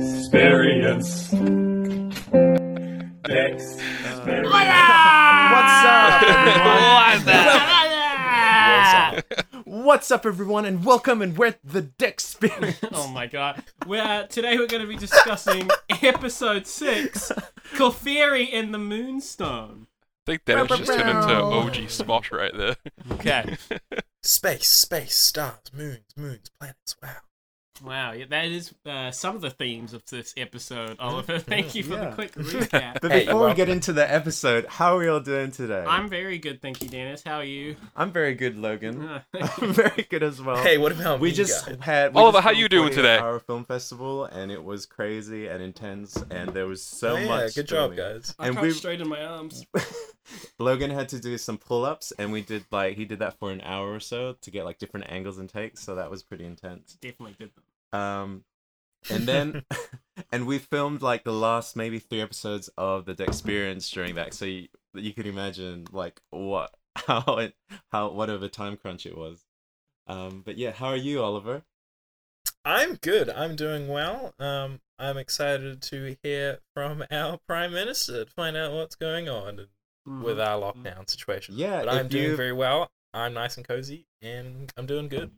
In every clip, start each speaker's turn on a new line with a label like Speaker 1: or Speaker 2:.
Speaker 1: Experience. Experience.
Speaker 2: What's up, everyone?
Speaker 3: oh
Speaker 2: What's up, everyone, and welcome, and we're the
Speaker 4: Oh
Speaker 2: Dexperience.
Speaker 3: my god. We're, uh, today we're going to be discussing episode 6 Clefairy and the Moonstone.
Speaker 5: I think that was just turned into OG Smosh right there.
Speaker 3: Okay.
Speaker 4: Space, space, stars, moons, moons, planets. Wow.
Speaker 3: Wow, yeah, that is uh, some of the themes of this episode, Oliver. Thank you for
Speaker 2: Yeah.
Speaker 3: the quick recap.
Speaker 2: But
Speaker 4: Hey,
Speaker 2: before
Speaker 4: you're
Speaker 2: we get into the episode, how are we all doing today?
Speaker 3: I'm very good, thank you, Dennis. How are you?
Speaker 2: I'm very good, Logan.
Speaker 3: Uh,
Speaker 2: I'm very good as well.
Speaker 4: Hey, what about
Speaker 2: we
Speaker 4: me,
Speaker 2: just
Speaker 4: guys?
Speaker 2: had
Speaker 5: Oliver, how you doing today?
Speaker 2: Our film festival, and it was crazy and intense, and there was so
Speaker 4: Oh, yeah,
Speaker 2: much.
Speaker 4: good job,
Speaker 2: filming.
Speaker 4: guys.
Speaker 3: I
Speaker 2: And
Speaker 3: can't
Speaker 2: we-
Speaker 3: straighten my arms.
Speaker 2: Logan had to do some pull-ups, and we did like he did that for an hour or so to get like different angles and takes. So that was pretty intense.
Speaker 3: Definitely did them.
Speaker 2: Um, and then, and we filmed like the last maybe three episodes of the experience during that, so you, you could imagine like what how it, how what of a time crunch it was. Um, but yeah, how are you, Oliver?
Speaker 4: I'm good. I'm doing well. Um, I'm excited to hear from our prime minister to find out what's going on
Speaker 3: Mhm.
Speaker 2: uh,
Speaker 4: with our lockdown situation.
Speaker 2: Yeah,
Speaker 4: but
Speaker 2: if
Speaker 4: I'm doing
Speaker 2: you-
Speaker 4: very well. I'm nice and cozy, and I'm doing good.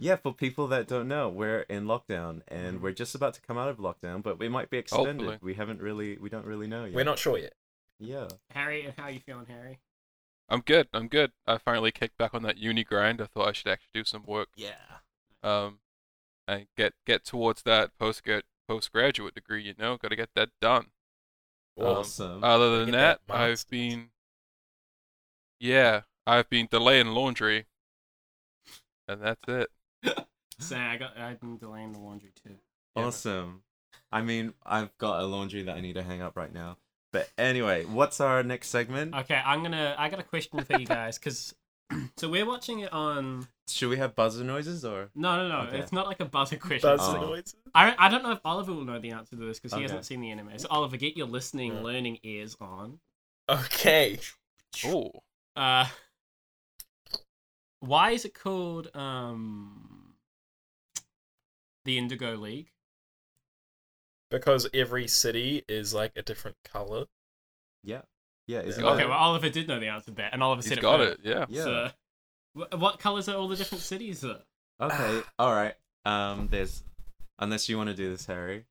Speaker 2: Yeah, for people that don't know, we're in lockdown and we're just about to come out of lockdown, but we might be extended.
Speaker 5: Hopefully.
Speaker 2: We haven't really, we don't really know yet.
Speaker 4: We're not sure yet.
Speaker 2: Yeah.
Speaker 3: Harry, how are you feeling, Harry?
Speaker 5: I'm good. I'm good. I finally kicked back on that uni grind. I thought I should actually do some work.
Speaker 2: Yeah.
Speaker 5: Um, and get get towards that postgrad postgraduate degree. You know, got to get that done. Um,
Speaker 2: Awesome.
Speaker 5: other than
Speaker 4: get
Speaker 5: that,
Speaker 4: that
Speaker 5: I've
Speaker 4: master's.
Speaker 5: been. Yeah, I've been delaying laundry. And that's it.
Speaker 3: Say, I got, I've been delaying the laundry too.
Speaker 5: Yeah, man.
Speaker 2: awesome. I mean, I've got a laundry that I need to hang up right now. But anyway, what's our next segment?
Speaker 3: Okay, I'm gonna. I got a question for you guys because. So we're watching it on.
Speaker 2: Should we have buzzer noises or?
Speaker 3: No, no, no.
Speaker 2: Okay.
Speaker 3: It's not like a buzzer question.
Speaker 4: Buzz
Speaker 2: Oh.
Speaker 4: noises.
Speaker 3: I, I don't know if Oliver will know the answer to this because he
Speaker 2: Okay.
Speaker 3: hasn't seen the anime. So Oliver, get your listening,
Speaker 4: Yeah.
Speaker 3: learning ears on.
Speaker 4: Okay.
Speaker 5: Oh,
Speaker 3: Uh, why is it called um the Indigo League?
Speaker 4: Because every city is like a different color.
Speaker 2: Yeah. Yeah. Is
Speaker 5: Yeah.
Speaker 3: Okay, well Oliver did know the answer to that, and Oliver
Speaker 5: Oh. he's
Speaker 3: said
Speaker 5: got
Speaker 3: it.
Speaker 5: it. Yeah.
Speaker 2: Yeah.
Speaker 3: So, wh- what colors are all the different cities? Though?
Speaker 2: Okay. All right. Um. There's. Unless you want to do this, Harry.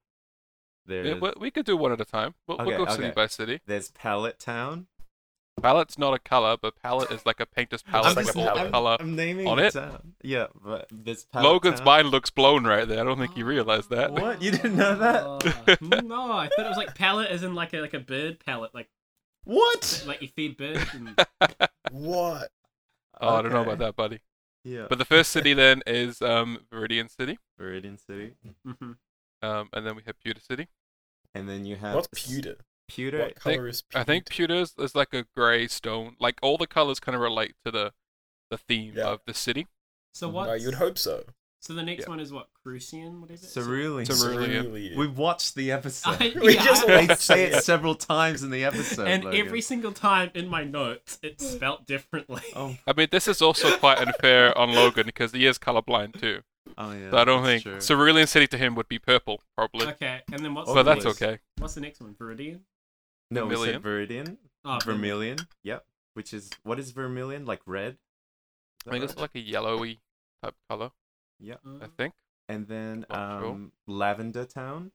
Speaker 2: There's.
Speaker 5: yeah we, we could do one at a time. We'll,
Speaker 2: Okay,
Speaker 5: we'll go city
Speaker 2: okay.
Speaker 5: by city.
Speaker 2: There's Pallet Town.
Speaker 5: Palette's not a color, but palette is like a painter's palette
Speaker 4: like
Speaker 5: with
Speaker 4: a
Speaker 5: all the
Speaker 4: palette.
Speaker 5: color.
Speaker 2: I'm naming
Speaker 5: on
Speaker 2: the
Speaker 5: it.
Speaker 2: town. Yeah, but there's Pallet
Speaker 5: Logan's
Speaker 2: Town.
Speaker 5: mind looks blown right there. I don't think he realized that.
Speaker 2: What? You didn't know that?
Speaker 3: Oh, no, I thought it was like pallet, as in like a like a bird pallet, like
Speaker 2: What?
Speaker 3: like you feed birds. And...
Speaker 4: What?
Speaker 5: Oh, I don't know about that, buddy.
Speaker 2: Yeah.
Speaker 5: But the first city then is um, Viridian City,
Speaker 2: Viridian City.
Speaker 3: Mhm.
Speaker 5: um, and then we have Pewter City.
Speaker 2: And then you have
Speaker 4: What's
Speaker 2: s-
Speaker 4: pewter?
Speaker 2: Pewter.
Speaker 4: What color is pewter?
Speaker 5: I think Pewter's is like a grey stone. Like all the colors kind of relate to the the theme
Speaker 4: Yeah.
Speaker 5: of the city.
Speaker 3: So what?
Speaker 4: No, Uh, you'd hope so.
Speaker 3: So the next
Speaker 5: Yeah.
Speaker 3: one is what? Crucian? What is it?
Speaker 2: Cerulean.
Speaker 5: Cerulean. Cerulean.
Speaker 4: Cerulean.
Speaker 2: We've watched the episode.
Speaker 3: I-
Speaker 4: We
Speaker 3: yeah,
Speaker 4: just
Speaker 3: I-
Speaker 2: they say it several times in the episode.
Speaker 3: and
Speaker 2: Logan.
Speaker 3: every single time in my notes, it's spelt differently.
Speaker 2: Oh,
Speaker 5: I mean, this is also quite unfair on Logan because he is colorblind too.
Speaker 2: oh yeah.
Speaker 5: so I don't
Speaker 2: that's
Speaker 5: think
Speaker 2: true.
Speaker 5: Cerulean City to him would be purple, probably.
Speaker 3: Okay, and then what's
Speaker 5: So
Speaker 2: Or
Speaker 3: the
Speaker 5: oh, that's
Speaker 3: next-
Speaker 2: blues.
Speaker 5: okay.
Speaker 3: What's the next one? Viridian?
Speaker 2: no, we said Viridian.
Speaker 3: Oh,
Speaker 2: Vermilion. Yep. Which is what is vermilion? Like red. Is that
Speaker 5: I think it's
Speaker 2: right?
Speaker 5: like a yellowy type color.
Speaker 2: Yep.
Speaker 3: Vermilion.
Speaker 5: I think
Speaker 2: And then
Speaker 5: Not sure.
Speaker 2: um, Lavender Town.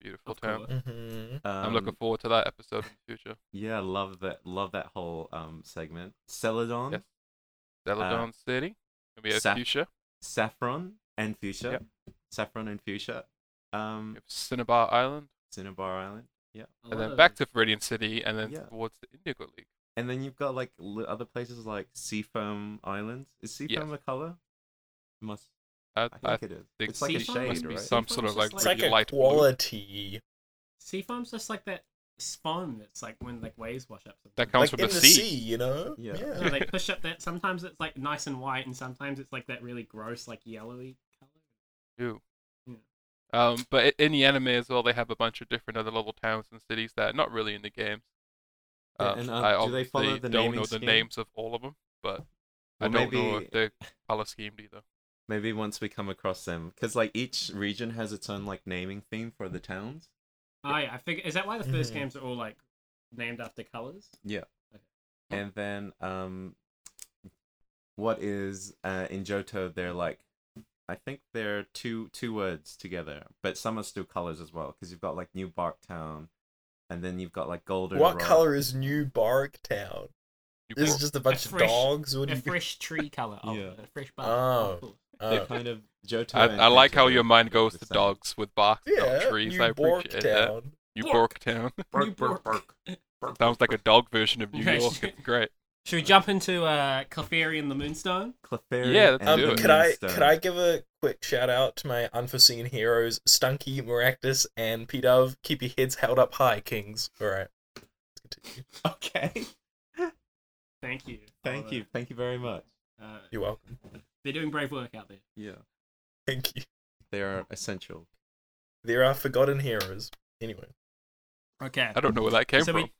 Speaker 5: beautiful
Speaker 3: Of
Speaker 5: town.
Speaker 3: course.
Speaker 4: Mm-hmm.
Speaker 2: Um, uh,
Speaker 5: I'm looking forward to that episode in the future.
Speaker 2: Yeah, love that. Love that whole um segment. Celadon,
Speaker 5: Yes. Celadon City. And we have
Speaker 2: Saf-
Speaker 5: Fuchsia.
Speaker 2: saffron, and fuchsia.
Speaker 5: Yep.
Speaker 2: Saffron and fuchsia.
Speaker 5: We
Speaker 2: Um,
Speaker 5: have Cinnabar Island.
Speaker 2: Cinnabar Island. Yeah.
Speaker 3: A
Speaker 5: and
Speaker 3: lot
Speaker 5: then
Speaker 3: of-
Speaker 5: back to Viridian City, and then
Speaker 2: Yeah.
Speaker 5: towards the Indigo League.
Speaker 2: And then you've got like l- other places like Seafoam Island. Is Seafoam a color? Must
Speaker 5: I,
Speaker 2: I think
Speaker 5: I
Speaker 2: it is.
Speaker 5: think
Speaker 2: It's like a
Speaker 5: sea
Speaker 3: Seafoam must
Speaker 2: shade,
Speaker 5: be
Speaker 2: right?
Speaker 5: some sort of
Speaker 3: Seafoam's
Speaker 5: like
Speaker 3: just
Speaker 4: It's
Speaker 3: like
Speaker 4: like
Speaker 5: really
Speaker 4: a
Speaker 5: light blue.
Speaker 4: quality.
Speaker 3: Seafoam's just like that s- foam that's like when like waves wash up. something.
Speaker 5: that comes
Speaker 4: like
Speaker 5: from
Speaker 4: in
Speaker 5: the,
Speaker 4: the
Speaker 5: sea.
Speaker 4: you know.
Speaker 2: Yeah.
Speaker 3: You know, they push up that. Sometimes it's like nice and white, and sometimes it's like that really gross, like yellowy color.
Speaker 5: Ew.
Speaker 3: Yeah.
Speaker 5: Um, but i- in the anime as well, they have a bunch of different other little towns and cities that are not really in the games.
Speaker 2: Yeah,
Speaker 5: Um,
Speaker 2: and, uh,
Speaker 5: I
Speaker 2: do they
Speaker 5: obviously
Speaker 2: follow the
Speaker 5: don't
Speaker 2: naming
Speaker 5: know the
Speaker 2: scheme?
Speaker 5: names of all of them, but I
Speaker 2: Well,
Speaker 5: don't know if
Speaker 2: maybe-
Speaker 5: they're color schemed either.
Speaker 2: Maybe once we come across them, because like each region has its own like naming theme for the towns.
Speaker 3: Oh yeah, I figure is that why the 1st
Speaker 2: Mm-hmm.
Speaker 4: Mhm.
Speaker 3: games are all like named after colors?
Speaker 5: Hmm.
Speaker 2: And then, um, what is uh, in Johto? They're like, I think they're two two words together, but some are still colors as well. Because you've got like New Bark Town, and then you've got like Golden.
Speaker 4: What
Speaker 2: Rod.
Speaker 4: color is New Bark Town?
Speaker 5: You
Speaker 4: This is
Speaker 5: poor-
Speaker 4: just a bunch
Speaker 3: fresh-
Speaker 4: of dogs. What do
Speaker 3: A
Speaker 4: you?
Speaker 3: fresh tree color. Oh,
Speaker 2: Yeah.
Speaker 3: a fresh bark.
Speaker 4: Oh.
Speaker 3: cool.
Speaker 2: They're
Speaker 4: Oh,
Speaker 2: kind of Johto.
Speaker 5: I,
Speaker 2: and
Speaker 5: I like how
Speaker 2: Johto
Speaker 5: your
Speaker 2: are kind
Speaker 5: mind
Speaker 2: of
Speaker 5: goes
Speaker 2: the
Speaker 5: to
Speaker 2: same.
Speaker 5: dogs with barks
Speaker 4: yeah,
Speaker 5: on trees. I
Speaker 4: New Bark
Speaker 5: appreciate that.
Speaker 4: Town.
Speaker 5: You
Speaker 3: Bork.
Speaker 5: Bork Town.
Speaker 3: New Bork.
Speaker 5: Sounds like a dog version of New
Speaker 3: Right.
Speaker 5: York. It's great.
Speaker 3: Should we jump into uh, Clefairy and the Moonstone?
Speaker 2: Clefairy
Speaker 5: Yeah, let's
Speaker 2: and
Speaker 5: do
Speaker 2: the
Speaker 4: Um,
Speaker 5: it.
Speaker 4: could I
Speaker 2: Moonstone.
Speaker 4: could I give a quick shout out to my unforeseen heroes, Stunky, Maractus, and P Dove? Keep your heads held up high, kings. All right. Let's continue.
Speaker 2: Okay.
Speaker 3: Thank you.
Speaker 2: Thank you. Thank you very much.
Speaker 3: Uh,
Speaker 4: You're welcome.
Speaker 3: they're doing brave work out there.
Speaker 2: Yeah.
Speaker 4: Thank you.
Speaker 2: They are essential.
Speaker 4: There are forgotten heroes. Anyway,
Speaker 3: Okay.
Speaker 5: I don't know where that came
Speaker 3: So
Speaker 5: from.
Speaker 3: we-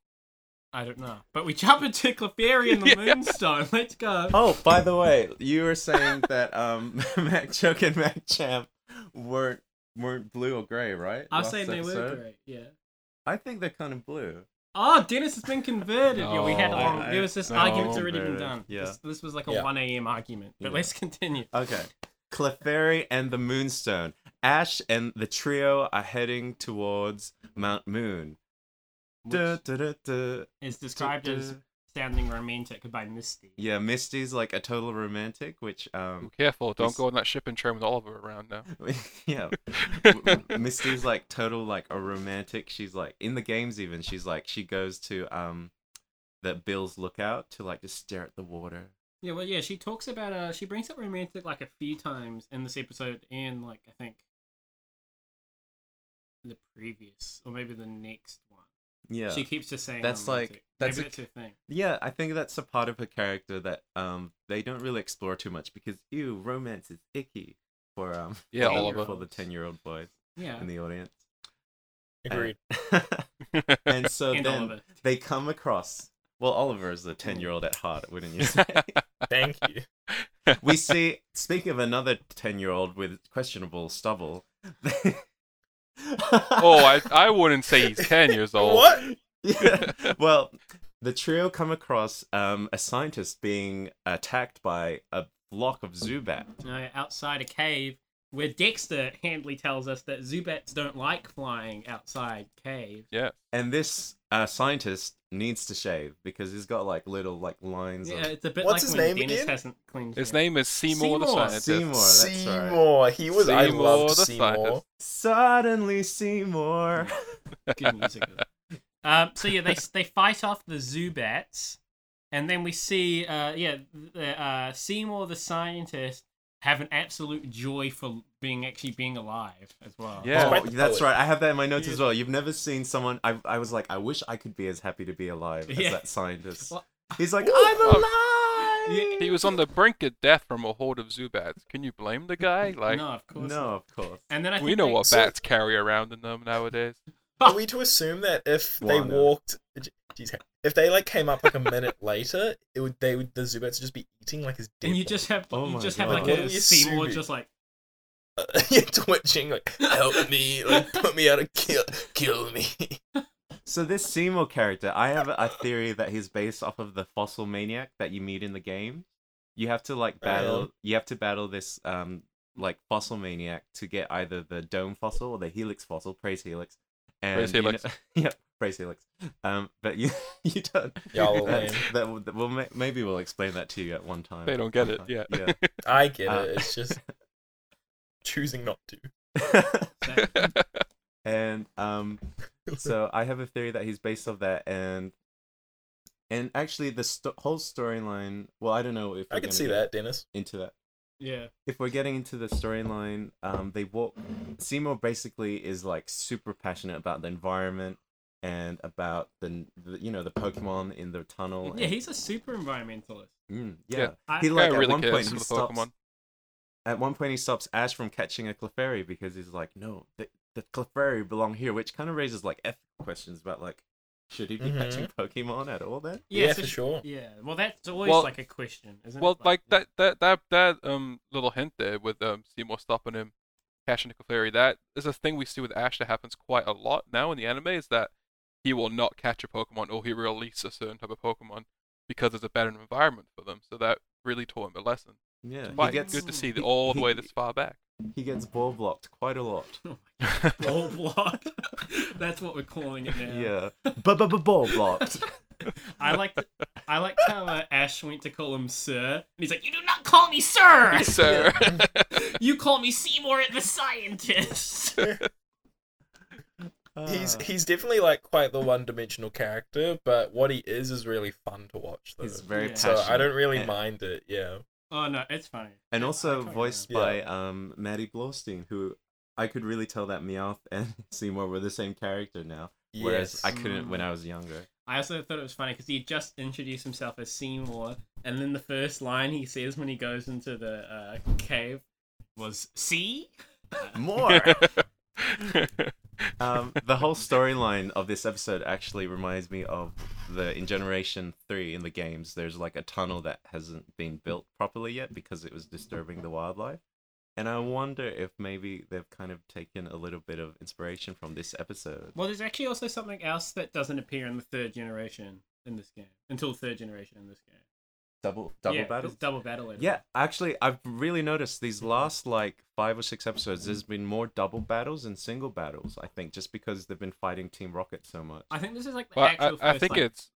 Speaker 3: I don't know. But we jump into Clefairy and the
Speaker 5: Yeah.
Speaker 3: Moonstone. Let's go.
Speaker 2: Oh, by the way, you were saying that um Mac Choke and Mac Champ weren't weren't blue or grey, right?
Speaker 3: I was
Speaker 2: Last
Speaker 3: saying they were
Speaker 2: episode?
Speaker 3: great. Yeah.
Speaker 2: I think they're kind of blue.
Speaker 3: Oh, Dennis has been converted. yeah, we had a
Speaker 5: No.
Speaker 3: long.
Speaker 2: I-
Speaker 3: there was this
Speaker 2: I-
Speaker 3: argument's
Speaker 2: no.
Speaker 3: already been done.
Speaker 2: Yeah.
Speaker 3: This, this was like a
Speaker 4: Yeah.
Speaker 3: 1 a.m. argument. But
Speaker 2: Yeah.
Speaker 3: let's continue.
Speaker 2: Okay. Clefairy and the Moonstone. Ash and the trio are heading towards Mount Moon.
Speaker 3: Which
Speaker 2: Du- du- du- du-
Speaker 3: is described
Speaker 2: du-
Speaker 3: as
Speaker 2: du.
Speaker 3: sounding romantic by Misty.
Speaker 2: yeah, Misty's like a total romantic, which um
Speaker 5: Ooh, careful, don't
Speaker 2: This-
Speaker 5: go on that shipping train with Oliver around now.
Speaker 2: yeah, Misty's like total like a romantic. She's like in the games even. She's like she goes to um that Bill's lookout to like just stare at the water.
Speaker 3: Yeah, well, yeah, she talks about uh, she brings up romantic like a few times in this episode, and like I think the previous or maybe the next one.
Speaker 2: Yeah,
Speaker 3: She keeps just saying
Speaker 2: That's like-
Speaker 3: romantic.
Speaker 2: that's
Speaker 3: maybe
Speaker 2: a-
Speaker 3: that's her thing.
Speaker 2: yeah. I think that's a part of her character that um they don't really explore too much because ew, romance is icky for um
Speaker 5: Yeah,
Speaker 2: for the-
Speaker 5: Oliver.
Speaker 2: for the ten year old boys
Speaker 3: Yeah,
Speaker 2: in the audience.
Speaker 4: agreed.
Speaker 2: and so
Speaker 3: and
Speaker 2: then
Speaker 3: Oliver.
Speaker 2: they come across. Well, Oliver is
Speaker 3: Mm.
Speaker 2: the ten year old at heart, wouldn't you say?
Speaker 4: Thank you.
Speaker 2: we see speaking of another 10 year old with questionable stubble
Speaker 5: oh, I, I wouldn't say he's 10 years old.
Speaker 4: What?
Speaker 2: Yeah. well the trio come across um, a scientist being attacked by a flock of zubat
Speaker 3: No, outside a cave where Dexter Handley tells us that Zubats don't like flying outside caves.
Speaker 5: Yeah.
Speaker 2: and this uh, scientist needs to shave because he's got like little like lines
Speaker 3: Yeah,
Speaker 2: on
Speaker 3: it's a bit
Speaker 4: What's
Speaker 3: like
Speaker 4: his
Speaker 3: when
Speaker 4: name
Speaker 3: Dennis
Speaker 4: again?
Speaker 3: hasn't cleaned
Speaker 5: His
Speaker 3: his
Speaker 5: name is Seymour, the
Speaker 3: Seymour.
Speaker 5: scientist.
Speaker 2: Seymour, that's right.
Speaker 4: Seymour. He was. I
Speaker 5: Seymour
Speaker 4: loved
Speaker 5: the
Speaker 4: Seymour.
Speaker 5: scientist.
Speaker 2: Suddenly Seymour.
Speaker 3: Good music. um, so yeah, they they fight off the Zubats, and then we see uh, yeah the, uh, Seymour the scientist have an absolute joy for being actually being alive as well.
Speaker 5: Yeah.
Speaker 2: Oh, that's right. I have that in my notes
Speaker 4: He
Speaker 2: as
Speaker 4: is-
Speaker 2: well. You've never seen someone. I, I was like, I wish I could be as happy to be alive as
Speaker 3: Yeah.
Speaker 2: that scientist.
Speaker 3: Well,
Speaker 2: He's like,
Speaker 5: oh.
Speaker 2: I'm alive.
Speaker 5: He was on the brink of death from a horde of Zubats. Can you blame the guy? Like,
Speaker 3: no, of course.
Speaker 2: No, of course.
Speaker 3: And then I think
Speaker 5: we know
Speaker 3: they-
Speaker 5: what
Speaker 4: So-
Speaker 5: bats carry around in them nowadays.
Speaker 4: Are we to assume that if they
Speaker 2: Wanda.
Speaker 4: walked, geez, if they like came up like a minute later, it would they would the Zubats would just be eating like his dead
Speaker 3: And you
Speaker 4: body.
Speaker 3: just have
Speaker 2: Oh
Speaker 3: you
Speaker 2: my
Speaker 3: just have
Speaker 2: God.
Speaker 3: like
Speaker 4: What are
Speaker 3: a
Speaker 4: we
Speaker 3: Seymour
Speaker 4: assuming?
Speaker 3: just like
Speaker 4: yeah, twitching like help me, like put me out of kill, kill me.
Speaker 2: So this Seymour character, I have a theory that he's based off of the fossil maniac that you meet in the game. You have to like battle.
Speaker 4: Um.
Speaker 2: You have to battle this um like fossil maniac to get either the dome fossil or the helix fossil. Praise helix. And
Speaker 5: Praise
Speaker 2: you
Speaker 5: Helix.
Speaker 2: Know, yep. Praise helix. Um, but you you don't.
Speaker 4: Y'all are
Speaker 2: That's,
Speaker 4: lame.
Speaker 2: that will- that will ma- maybe we'll explain that to you at one time.
Speaker 5: They don't get it yet.
Speaker 2: Yeah.
Speaker 4: I get
Speaker 2: Uh,
Speaker 4: it. It's just choosing not to.
Speaker 2: and um, so I have a theory that he's based off that, and and actually the sto- whole storyline. Well, I don't know if
Speaker 4: I
Speaker 2: we're
Speaker 4: can
Speaker 2: gonna
Speaker 4: see
Speaker 2: get
Speaker 4: that, Dennis.
Speaker 2: into that.
Speaker 3: yeah.
Speaker 2: If we're getting into the storyline, um, they walk. Seymour basically is like super passionate about the environment and about the, the you know the Pokemon in the
Speaker 5: Oh
Speaker 2: tunnel.
Speaker 3: Yeah,
Speaker 2: and-
Speaker 3: he's a super environmentalist.
Speaker 2: Mm,
Speaker 5: Yeah.
Speaker 2: yeah.
Speaker 3: I,
Speaker 2: He
Speaker 5: Guy
Speaker 2: like at
Speaker 5: really
Speaker 2: one
Speaker 5: cares
Speaker 2: point
Speaker 5: for
Speaker 2: he
Speaker 5: the
Speaker 2: stops.
Speaker 5: Pokemon.
Speaker 2: At one point, he stops Ash from catching a Clefairy because he's like, "No, the the Clefairy belong here," which kind of raises like ethical questions about like, Should he be
Speaker 4: Mhm.
Speaker 2: catching Pokemon at all then?
Speaker 4: Yeah,
Speaker 3: so
Speaker 4: for
Speaker 3: sh-
Speaker 4: sure.
Speaker 3: Yeah, well, that's always
Speaker 5: Well-
Speaker 3: like a question, isn't
Speaker 5: Well,
Speaker 3: it?
Speaker 5: like that, that, that, that um little hint there with um Seymour stopping him, catching Clefairy, that is a thing we see with Ash that happens quite a lot now in the anime. Is that he will not catch a Pokemon or he will release a certain type of Pokemon because there's a better environment for them. So that really taught him a lesson.
Speaker 2: Yeah, he
Speaker 5: Quite
Speaker 2: gets
Speaker 5: good to see
Speaker 3: Mm.
Speaker 2: he-
Speaker 5: the, all the
Speaker 2: he-
Speaker 5: way this far back.
Speaker 2: he gets ball blocked quite a lot.
Speaker 3: Ball block. that's what we're calling it now.
Speaker 2: Yeah, but ball blocked.
Speaker 3: I liked I liked how uh, Ash went to call him sir, and he's like, "You do not call me sir.
Speaker 5: Sir.
Speaker 3: you call me Seymour at the scientist."
Speaker 4: He's
Speaker 2: Ah.
Speaker 4: he's definitely like quite the one-dimensional character, but what he is is really fun to watch. Though.
Speaker 2: He's very
Speaker 3: Yeah.
Speaker 4: so
Speaker 2: passionate.
Speaker 4: I don't really
Speaker 2: and,
Speaker 4: mind it. Yeah.
Speaker 3: oh no, it's funny.
Speaker 2: And
Speaker 3: Yeah, I
Speaker 2: also
Speaker 3: can't
Speaker 2: voiced
Speaker 4: remember.
Speaker 2: by um Maddie Blaustein, who I could really tell that Meowth and Seymour were the same character now, whereas I
Speaker 4: Yes.
Speaker 2: couldn't when I was younger.
Speaker 3: I also thought it was funny because he just introduced himself as Seymour, and then the first line he says when he goes into the uh, cave was "See."
Speaker 2: More. um, the whole storyline of this episode actually reminds me of the in Generation Three in the games. There's like a tunnel that hasn't been built properly yet because it was disturbing the wildlife. And I wonder if maybe they've kind of taken a little bit of inspiration from this episode.
Speaker 3: Well, there's actually also something else that doesn't appear in the third generation in this game until the third generation in this game.
Speaker 2: Double double
Speaker 3: yeah,
Speaker 2: battle.
Speaker 3: it's Double battle. it is.
Speaker 2: Yeah, actually, I've really noticed these last like five or six episodes. There's been more double battles and single battles. I think just because they've been fighting Team Rocket so much.
Speaker 3: I think this is like the
Speaker 5: Well,
Speaker 3: actual
Speaker 5: I, I
Speaker 3: first,
Speaker 5: think
Speaker 3: like,
Speaker 5: it's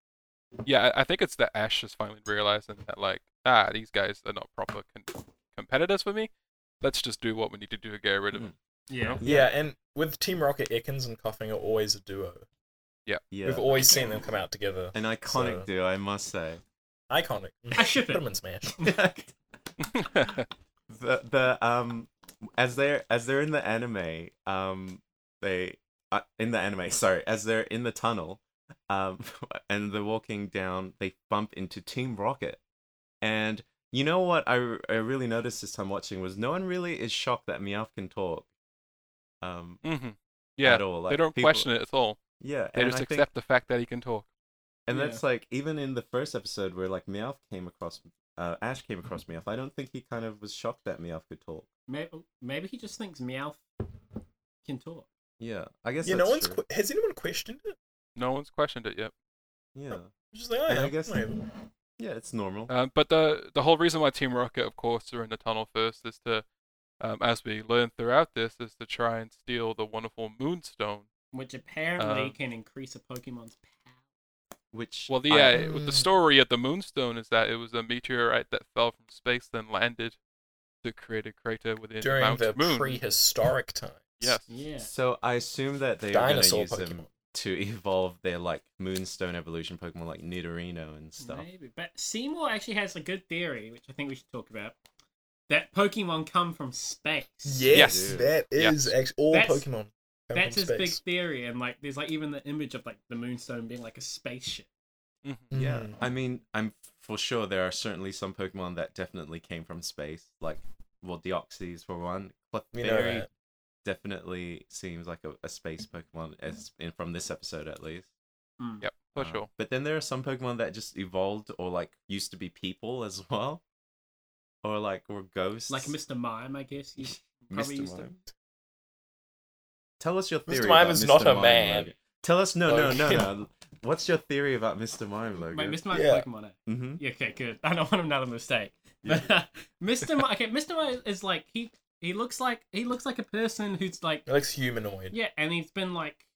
Speaker 5: yeah, I I think it's that Ash is finally realizing that like ah, these guys are not proper con- competitors for me. Let's just do what we need to do to get rid of
Speaker 2: Hmm.
Speaker 5: them.
Speaker 3: yeah.
Speaker 4: Yeah, and with Team Rocket, Ekans and Coughing are always a duo. We've
Speaker 2: Yeah,
Speaker 4: always seen them come out together.
Speaker 2: an iconic
Speaker 4: So-
Speaker 2: duo, I must say.
Speaker 4: Iconic.
Speaker 3: I ship
Speaker 4: Put
Speaker 3: it.
Speaker 4: them in Smash.
Speaker 2: the the um as they're as they're in the anime um they uh, in the anime sorry as they're in the tunnel um and they're walking down they bump into team rocket and you know what i, I really noticed this time watching was no one really is shocked that meowth can talk um
Speaker 5: hmm Yeah,
Speaker 2: at all
Speaker 5: they don't question it at all.
Speaker 2: yeah
Speaker 5: They
Speaker 2: and
Speaker 5: just
Speaker 2: I think-
Speaker 5: accept the fact that he can talk.
Speaker 2: and
Speaker 3: Yeah.
Speaker 2: that's like even in the first episode where like meowth came across uh, ash came across
Speaker 4: Mm-hmm.
Speaker 2: meowth i don't think he kind of was shocked that meowth could talk
Speaker 3: Maybe, maybe he just thinks Meowth can talk.
Speaker 2: Yeah, I guess.
Speaker 4: yeah,
Speaker 2: that's
Speaker 4: no one's.
Speaker 2: true.
Speaker 4: que- has anyone questioned it?
Speaker 5: No one's questioned it yet.
Speaker 2: Yeah,
Speaker 4: Just like, oh,
Speaker 2: And
Speaker 4: yeah,
Speaker 2: I guess-
Speaker 4: whatever.
Speaker 2: yeah, it's normal.
Speaker 5: Um, but the the whole reason why Team Rocket, of course, are in the tunnel first is to, um, as we learn throughout this, is to try and steal the wonderful Moonstone.
Speaker 3: which apparently
Speaker 5: Uh,
Speaker 3: can increase a Pokemon's power.
Speaker 2: Which
Speaker 5: Well, the
Speaker 2: I-
Speaker 5: yeah, it- the story of the Moonstone is that it was a meteorite that fell from space, then landed to create a crater within
Speaker 4: during
Speaker 5: Mount
Speaker 4: the
Speaker 5: Moon.
Speaker 4: prehistoric times.
Speaker 5: yes.
Speaker 3: Yeah.
Speaker 2: So I assume that they are going to
Speaker 4: Dinosaur
Speaker 2: use
Speaker 4: Pokemon.
Speaker 2: them to evolve their like Moonstone evolution Pokemon, like Nidorino and stuff.
Speaker 3: Maybe. But Seymour actually has a good theory, which I think we should talk about. That Pokemon come from space.
Speaker 4: Yes,
Speaker 2: Yes.
Speaker 4: that is
Speaker 5: Yes.
Speaker 4: actually all
Speaker 3: That's-
Speaker 4: Pokemon. come
Speaker 3: That's
Speaker 4: from
Speaker 3: his big
Speaker 4: space.
Speaker 3: theory, and like there's like even the image of like the moonstone being like a spaceship.
Speaker 5: Mhm.
Speaker 2: Yeah,
Speaker 4: Mhm.
Speaker 2: I mean, I'm for sure there are certainly some Pokemon that definitely came from space, like well, Deoxys for one.
Speaker 4: We know
Speaker 2: Clefairy
Speaker 4: that.
Speaker 2: definitely seems like a, a space Pokemon, as in from this episode at least.
Speaker 4: Hmm.
Speaker 3: Mm.
Speaker 5: Yep, for
Speaker 2: Uh,
Speaker 5: sure.
Speaker 2: But then there are some Pokemon that just evolved or like used to be people as well, or like were ghosts.
Speaker 3: Like Mr. Mime, I guess. You probably used
Speaker 2: Mr.
Speaker 3: to-
Speaker 2: Mime. Tell us your theory.
Speaker 4: Mime
Speaker 2: about
Speaker 4: is
Speaker 2: Mr.
Speaker 4: not a
Speaker 2: Mime,
Speaker 4: man.
Speaker 2: Logan. Tell us no, no, no,
Speaker 4: Okay.
Speaker 2: no. What's your theory about Mr. Mime, Logan?
Speaker 3: Wait, Mr. Mime's
Speaker 4: Yeah.
Speaker 3: Pokemon. eh?
Speaker 2: hmm
Speaker 3: Yeah, okay, good. I don't want another mistake. Mr. Mime, okay, Mr. Mime is like he he looks like he looks like a person who's like
Speaker 4: It looks humanoid.
Speaker 3: Yeah, and he's been like,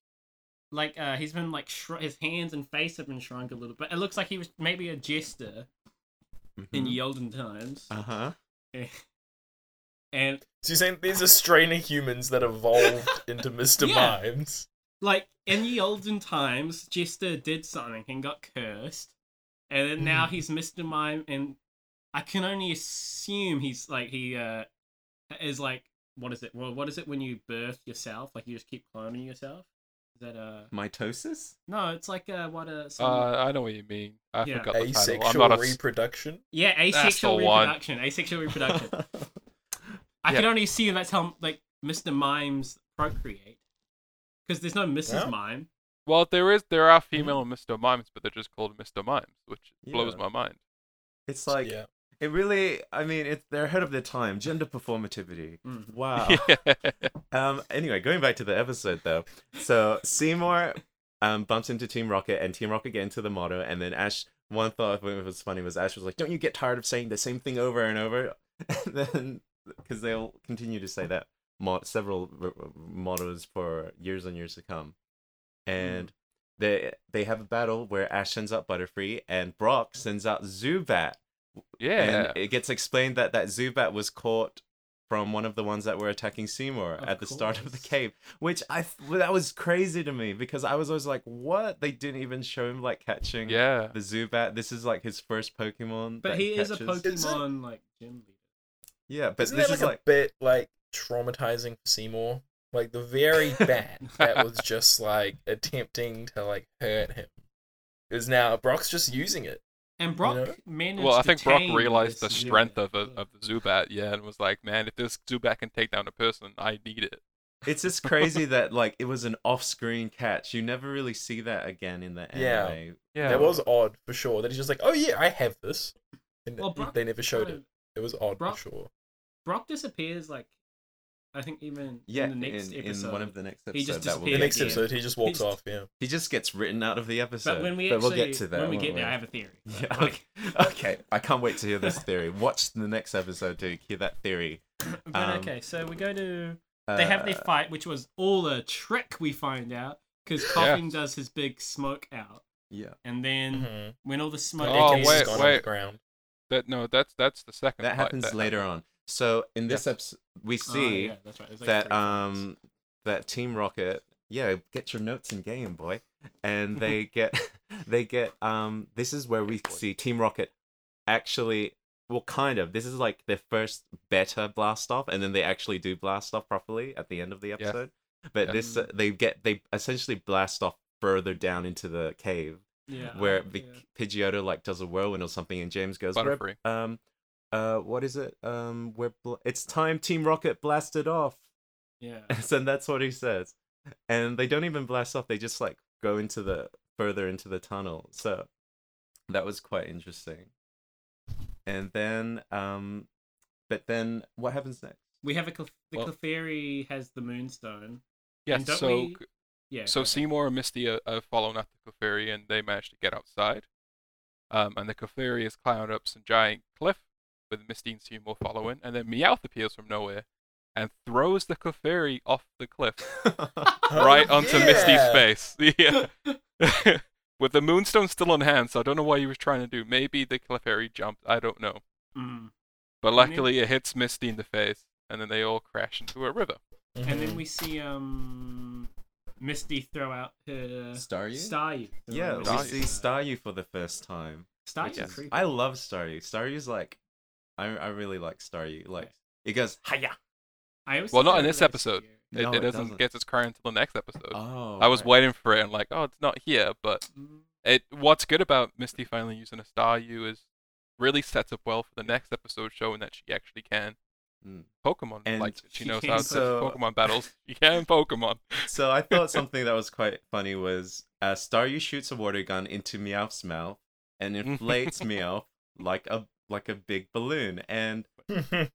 Speaker 3: like uh, he's been like shr- his hands and face have been shrunk a little bit. It looks like he was maybe a jester
Speaker 2: mm-hmm.
Speaker 3: in the olden times.
Speaker 2: Hmm. Uh huh.
Speaker 3: and
Speaker 4: So you're saying there's a strain of humans that evolved into Mr.
Speaker 3: Yeah.
Speaker 4: Mimes?
Speaker 3: like in the olden times, jester did something and got cursed, and then now
Speaker 4: Mm.
Speaker 3: he's Mister Mime, and I can only assume he's like he uh is like what is it? Well, what is it when you birth yourself? Like you just keep cloning yourself? Is that uh
Speaker 2: Mitosis.
Speaker 3: no? It's like uh what a some-
Speaker 5: Uh, I know what you mean. I
Speaker 3: Yeah.
Speaker 5: forgot the title. I'm
Speaker 4: Asexual
Speaker 5: not a s-
Speaker 4: reproduction?
Speaker 3: yeah
Speaker 5: the
Speaker 3: asexual
Speaker 5: one.
Speaker 3: reproduction. Asexual reproduction. I can only assume that's how like Mr. Mimes procreate, because there's no Mrs.
Speaker 4: Yeah.
Speaker 3: Mime.
Speaker 5: Well, there is there are female Mr. Mimes, but they're just called Mr. Mimes, which blows
Speaker 2: Yeah.
Speaker 5: my mind.
Speaker 2: It's like
Speaker 4: yeah.
Speaker 2: it really. I mean, it's they're ahead of their time. Gender performativity.
Speaker 4: Mm-hmm.
Speaker 3: Mm.
Speaker 2: Wow.
Speaker 5: Yeah.
Speaker 2: Um. Anyway, going back to the episode though. So Seymour, um, bumps into Team Rocket, and Team Rocket get into the motto, and then Ash. One thought that was funny was Ash was like, "Don't you get tired of saying the same thing over and over?" And then because they'll continue to say that mo- several r- r- mottos for years and years to come, and. They, they have a battle where Ash sends out Butterfree and Brock sends out Zubat,
Speaker 5: yeah.
Speaker 2: and it gets explained that that Zubat was caught from one of the ones that were attacking Seymour
Speaker 3: Of
Speaker 2: at the start of the
Speaker 3: course.
Speaker 2: cave, which I th- well, that was crazy to me because I was always like, what? They didn't even show him like catching
Speaker 5: Yeah.
Speaker 2: the Zubat. This is like his first Pokemon.
Speaker 3: But
Speaker 2: that
Speaker 3: he is a
Speaker 2: catches.
Speaker 4: It's a-
Speaker 3: Pokemon like gym leader.
Speaker 2: Yeah, but
Speaker 4: Isn't
Speaker 2: this
Speaker 4: that
Speaker 2: is
Speaker 4: like
Speaker 2: like
Speaker 4: a bit like traumatizing for Seymour? Like the very bat that was just like attempting to like hurt him is now Brock's just using it.
Speaker 3: And Brock
Speaker 4: know?
Speaker 3: managed.
Speaker 5: Well, I
Speaker 3: to
Speaker 5: think Brock
Speaker 3: tame
Speaker 5: realized the
Speaker 3: this
Speaker 5: strength
Speaker 3: unit.
Speaker 5: of a, of the Zubat, yeah, and was like, "Man, if this Zubat can take down a person, I need it."
Speaker 2: it's just crazy that like it was an off-screen catch. You never really see that again in the
Speaker 4: Yeah.
Speaker 2: anime.
Speaker 5: Yeah,
Speaker 4: That was odd for sure. That he's just like, oh yeah, I have this. And
Speaker 3: Well, Brock-
Speaker 4: they never showed it. It was odd
Speaker 3: Brock-
Speaker 4: for sure.
Speaker 3: Brock disappears like I think even
Speaker 2: Yeah,
Speaker 3: in the next
Speaker 2: in,
Speaker 3: episode.
Speaker 2: one of the next episodes.
Speaker 3: he just
Speaker 2: that will
Speaker 4: The
Speaker 3: Yeah,
Speaker 4: next
Speaker 3: yeah.
Speaker 4: episode, he just walks
Speaker 3: He's-
Speaker 4: off. Yeah.
Speaker 2: He just gets written out of the episode.
Speaker 3: but when we
Speaker 2: but
Speaker 3: actually
Speaker 2: we'll get to that
Speaker 3: when we
Speaker 2: won't
Speaker 3: get there, I have a theory. right?
Speaker 2: Yeah,
Speaker 3: Like,
Speaker 2: okay. okay, I can't wait to hear this theory. Watch the next episode to hear that theory.
Speaker 3: but
Speaker 2: Um,
Speaker 3: okay, so we go to
Speaker 2: Uh,
Speaker 3: they have their fight, which was all a trick. We find out because Coughing does his big smoke out,
Speaker 2: yeah.
Speaker 3: and then
Speaker 5: Mm-hmm.
Speaker 4: Mhm.
Speaker 3: when all the smoke
Speaker 5: Oh,
Speaker 4: He's
Speaker 3: is
Speaker 5: wait,
Speaker 4: gone on the
Speaker 5: wait.
Speaker 4: ground.
Speaker 5: that no, that's that's the second.
Speaker 2: That
Speaker 5: fight
Speaker 2: happens later on. So in this
Speaker 5: Yeah.
Speaker 2: episode, we
Speaker 3: Oh,
Speaker 2: see
Speaker 3: yeah, that's right. There's, like,
Speaker 2: that
Speaker 3: three fights.
Speaker 2: um that Team Rocket, yeah, get your notes in game, boy. And they get they get um this is where we
Speaker 5: Boy.
Speaker 2: see Team Rocket actually well kind of this is like their first better blast off and then they actually do blast off properly at the end of the episode. But
Speaker 5: Yeah.
Speaker 2: this uh, they get they essentially blast off further down into the cave
Speaker 3: yeah,
Speaker 2: where
Speaker 3: uh,
Speaker 2: Vic-
Speaker 3: yeah.
Speaker 2: Pidgeotto like does a whirlwind or something, and James goes, "We're-
Speaker 5: Butterfree.
Speaker 2: um, uh, what is it? Um, we're bl- it's time Team Rocket blasted off."
Speaker 3: yeah.
Speaker 2: so that's what he says, and they don't even blast off; they just like go into the further into the tunnel. So that was quite interesting. And then, um, but then what happens next?
Speaker 3: We have a Clef- the
Speaker 5: Well-
Speaker 3: Clefairy has the Moonstone.
Speaker 5: Yeah,
Speaker 3: and don't
Speaker 5: so
Speaker 3: we-
Speaker 5: g-
Speaker 3: Yeah. go
Speaker 5: so
Speaker 3: ahead.
Speaker 5: Seymour and Misty uh, are, are following after Clefairy, and they manage to get outside. Um, and the Clefairy is climbing up some giant cliff with Misty and Seymour following, and then Meowth appears from nowhere and throws the Clefairy off the cliff right
Speaker 4: Oh,
Speaker 5: onto Misty's
Speaker 4: yeah.
Speaker 5: face. Yeah. With the moonstone still on hand, so I don't know what he was trying to do. Maybe the Clefairy jumped, I don't know.
Speaker 3: Mm.
Speaker 5: But
Speaker 3: then-
Speaker 5: luckily it hits Misty in the face, and then they all crash into a river.
Speaker 3: And then
Speaker 4: Mhm.
Speaker 3: we
Speaker 5: Mm-hmm.
Speaker 3: see um Misty throw out her
Speaker 2: Staryu.
Speaker 3: Staryu.
Speaker 2: yeah, we
Speaker 5: Staryu.
Speaker 2: see Staryu for the first time.
Speaker 3: Staryu's
Speaker 5: Yes.
Speaker 3: creepy.
Speaker 2: I love Staryu. Staryu's like, I I really like Staryu. Like it goes hiya.
Speaker 3: I always
Speaker 5: Well,
Speaker 3: thought
Speaker 5: not in
Speaker 3: it
Speaker 5: this
Speaker 3: was
Speaker 5: episode.
Speaker 3: weird.
Speaker 5: It,
Speaker 2: No,
Speaker 5: it
Speaker 2: it
Speaker 5: doesn't,
Speaker 2: doesn't.
Speaker 5: get its cry until the next episode.
Speaker 2: Oh,
Speaker 5: I was
Speaker 2: right.
Speaker 5: waiting for it and like, oh, it's not here. But
Speaker 3: Mm.
Speaker 5: it, what's good about Misty finally using a star U is really sets up well for the next episode, showing that she actually can
Speaker 2: Mm.
Speaker 5: Pokemon.
Speaker 2: And
Speaker 5: like
Speaker 3: she
Speaker 5: she knows
Speaker 3: can
Speaker 5: how
Speaker 2: so-
Speaker 5: to Pokemon battles. She can Pokemon.
Speaker 2: So I thought something that was quite funny was uh, Staryu shoots a water gun into Meowth's mouth and inflates Meowth like a like a big balloon. And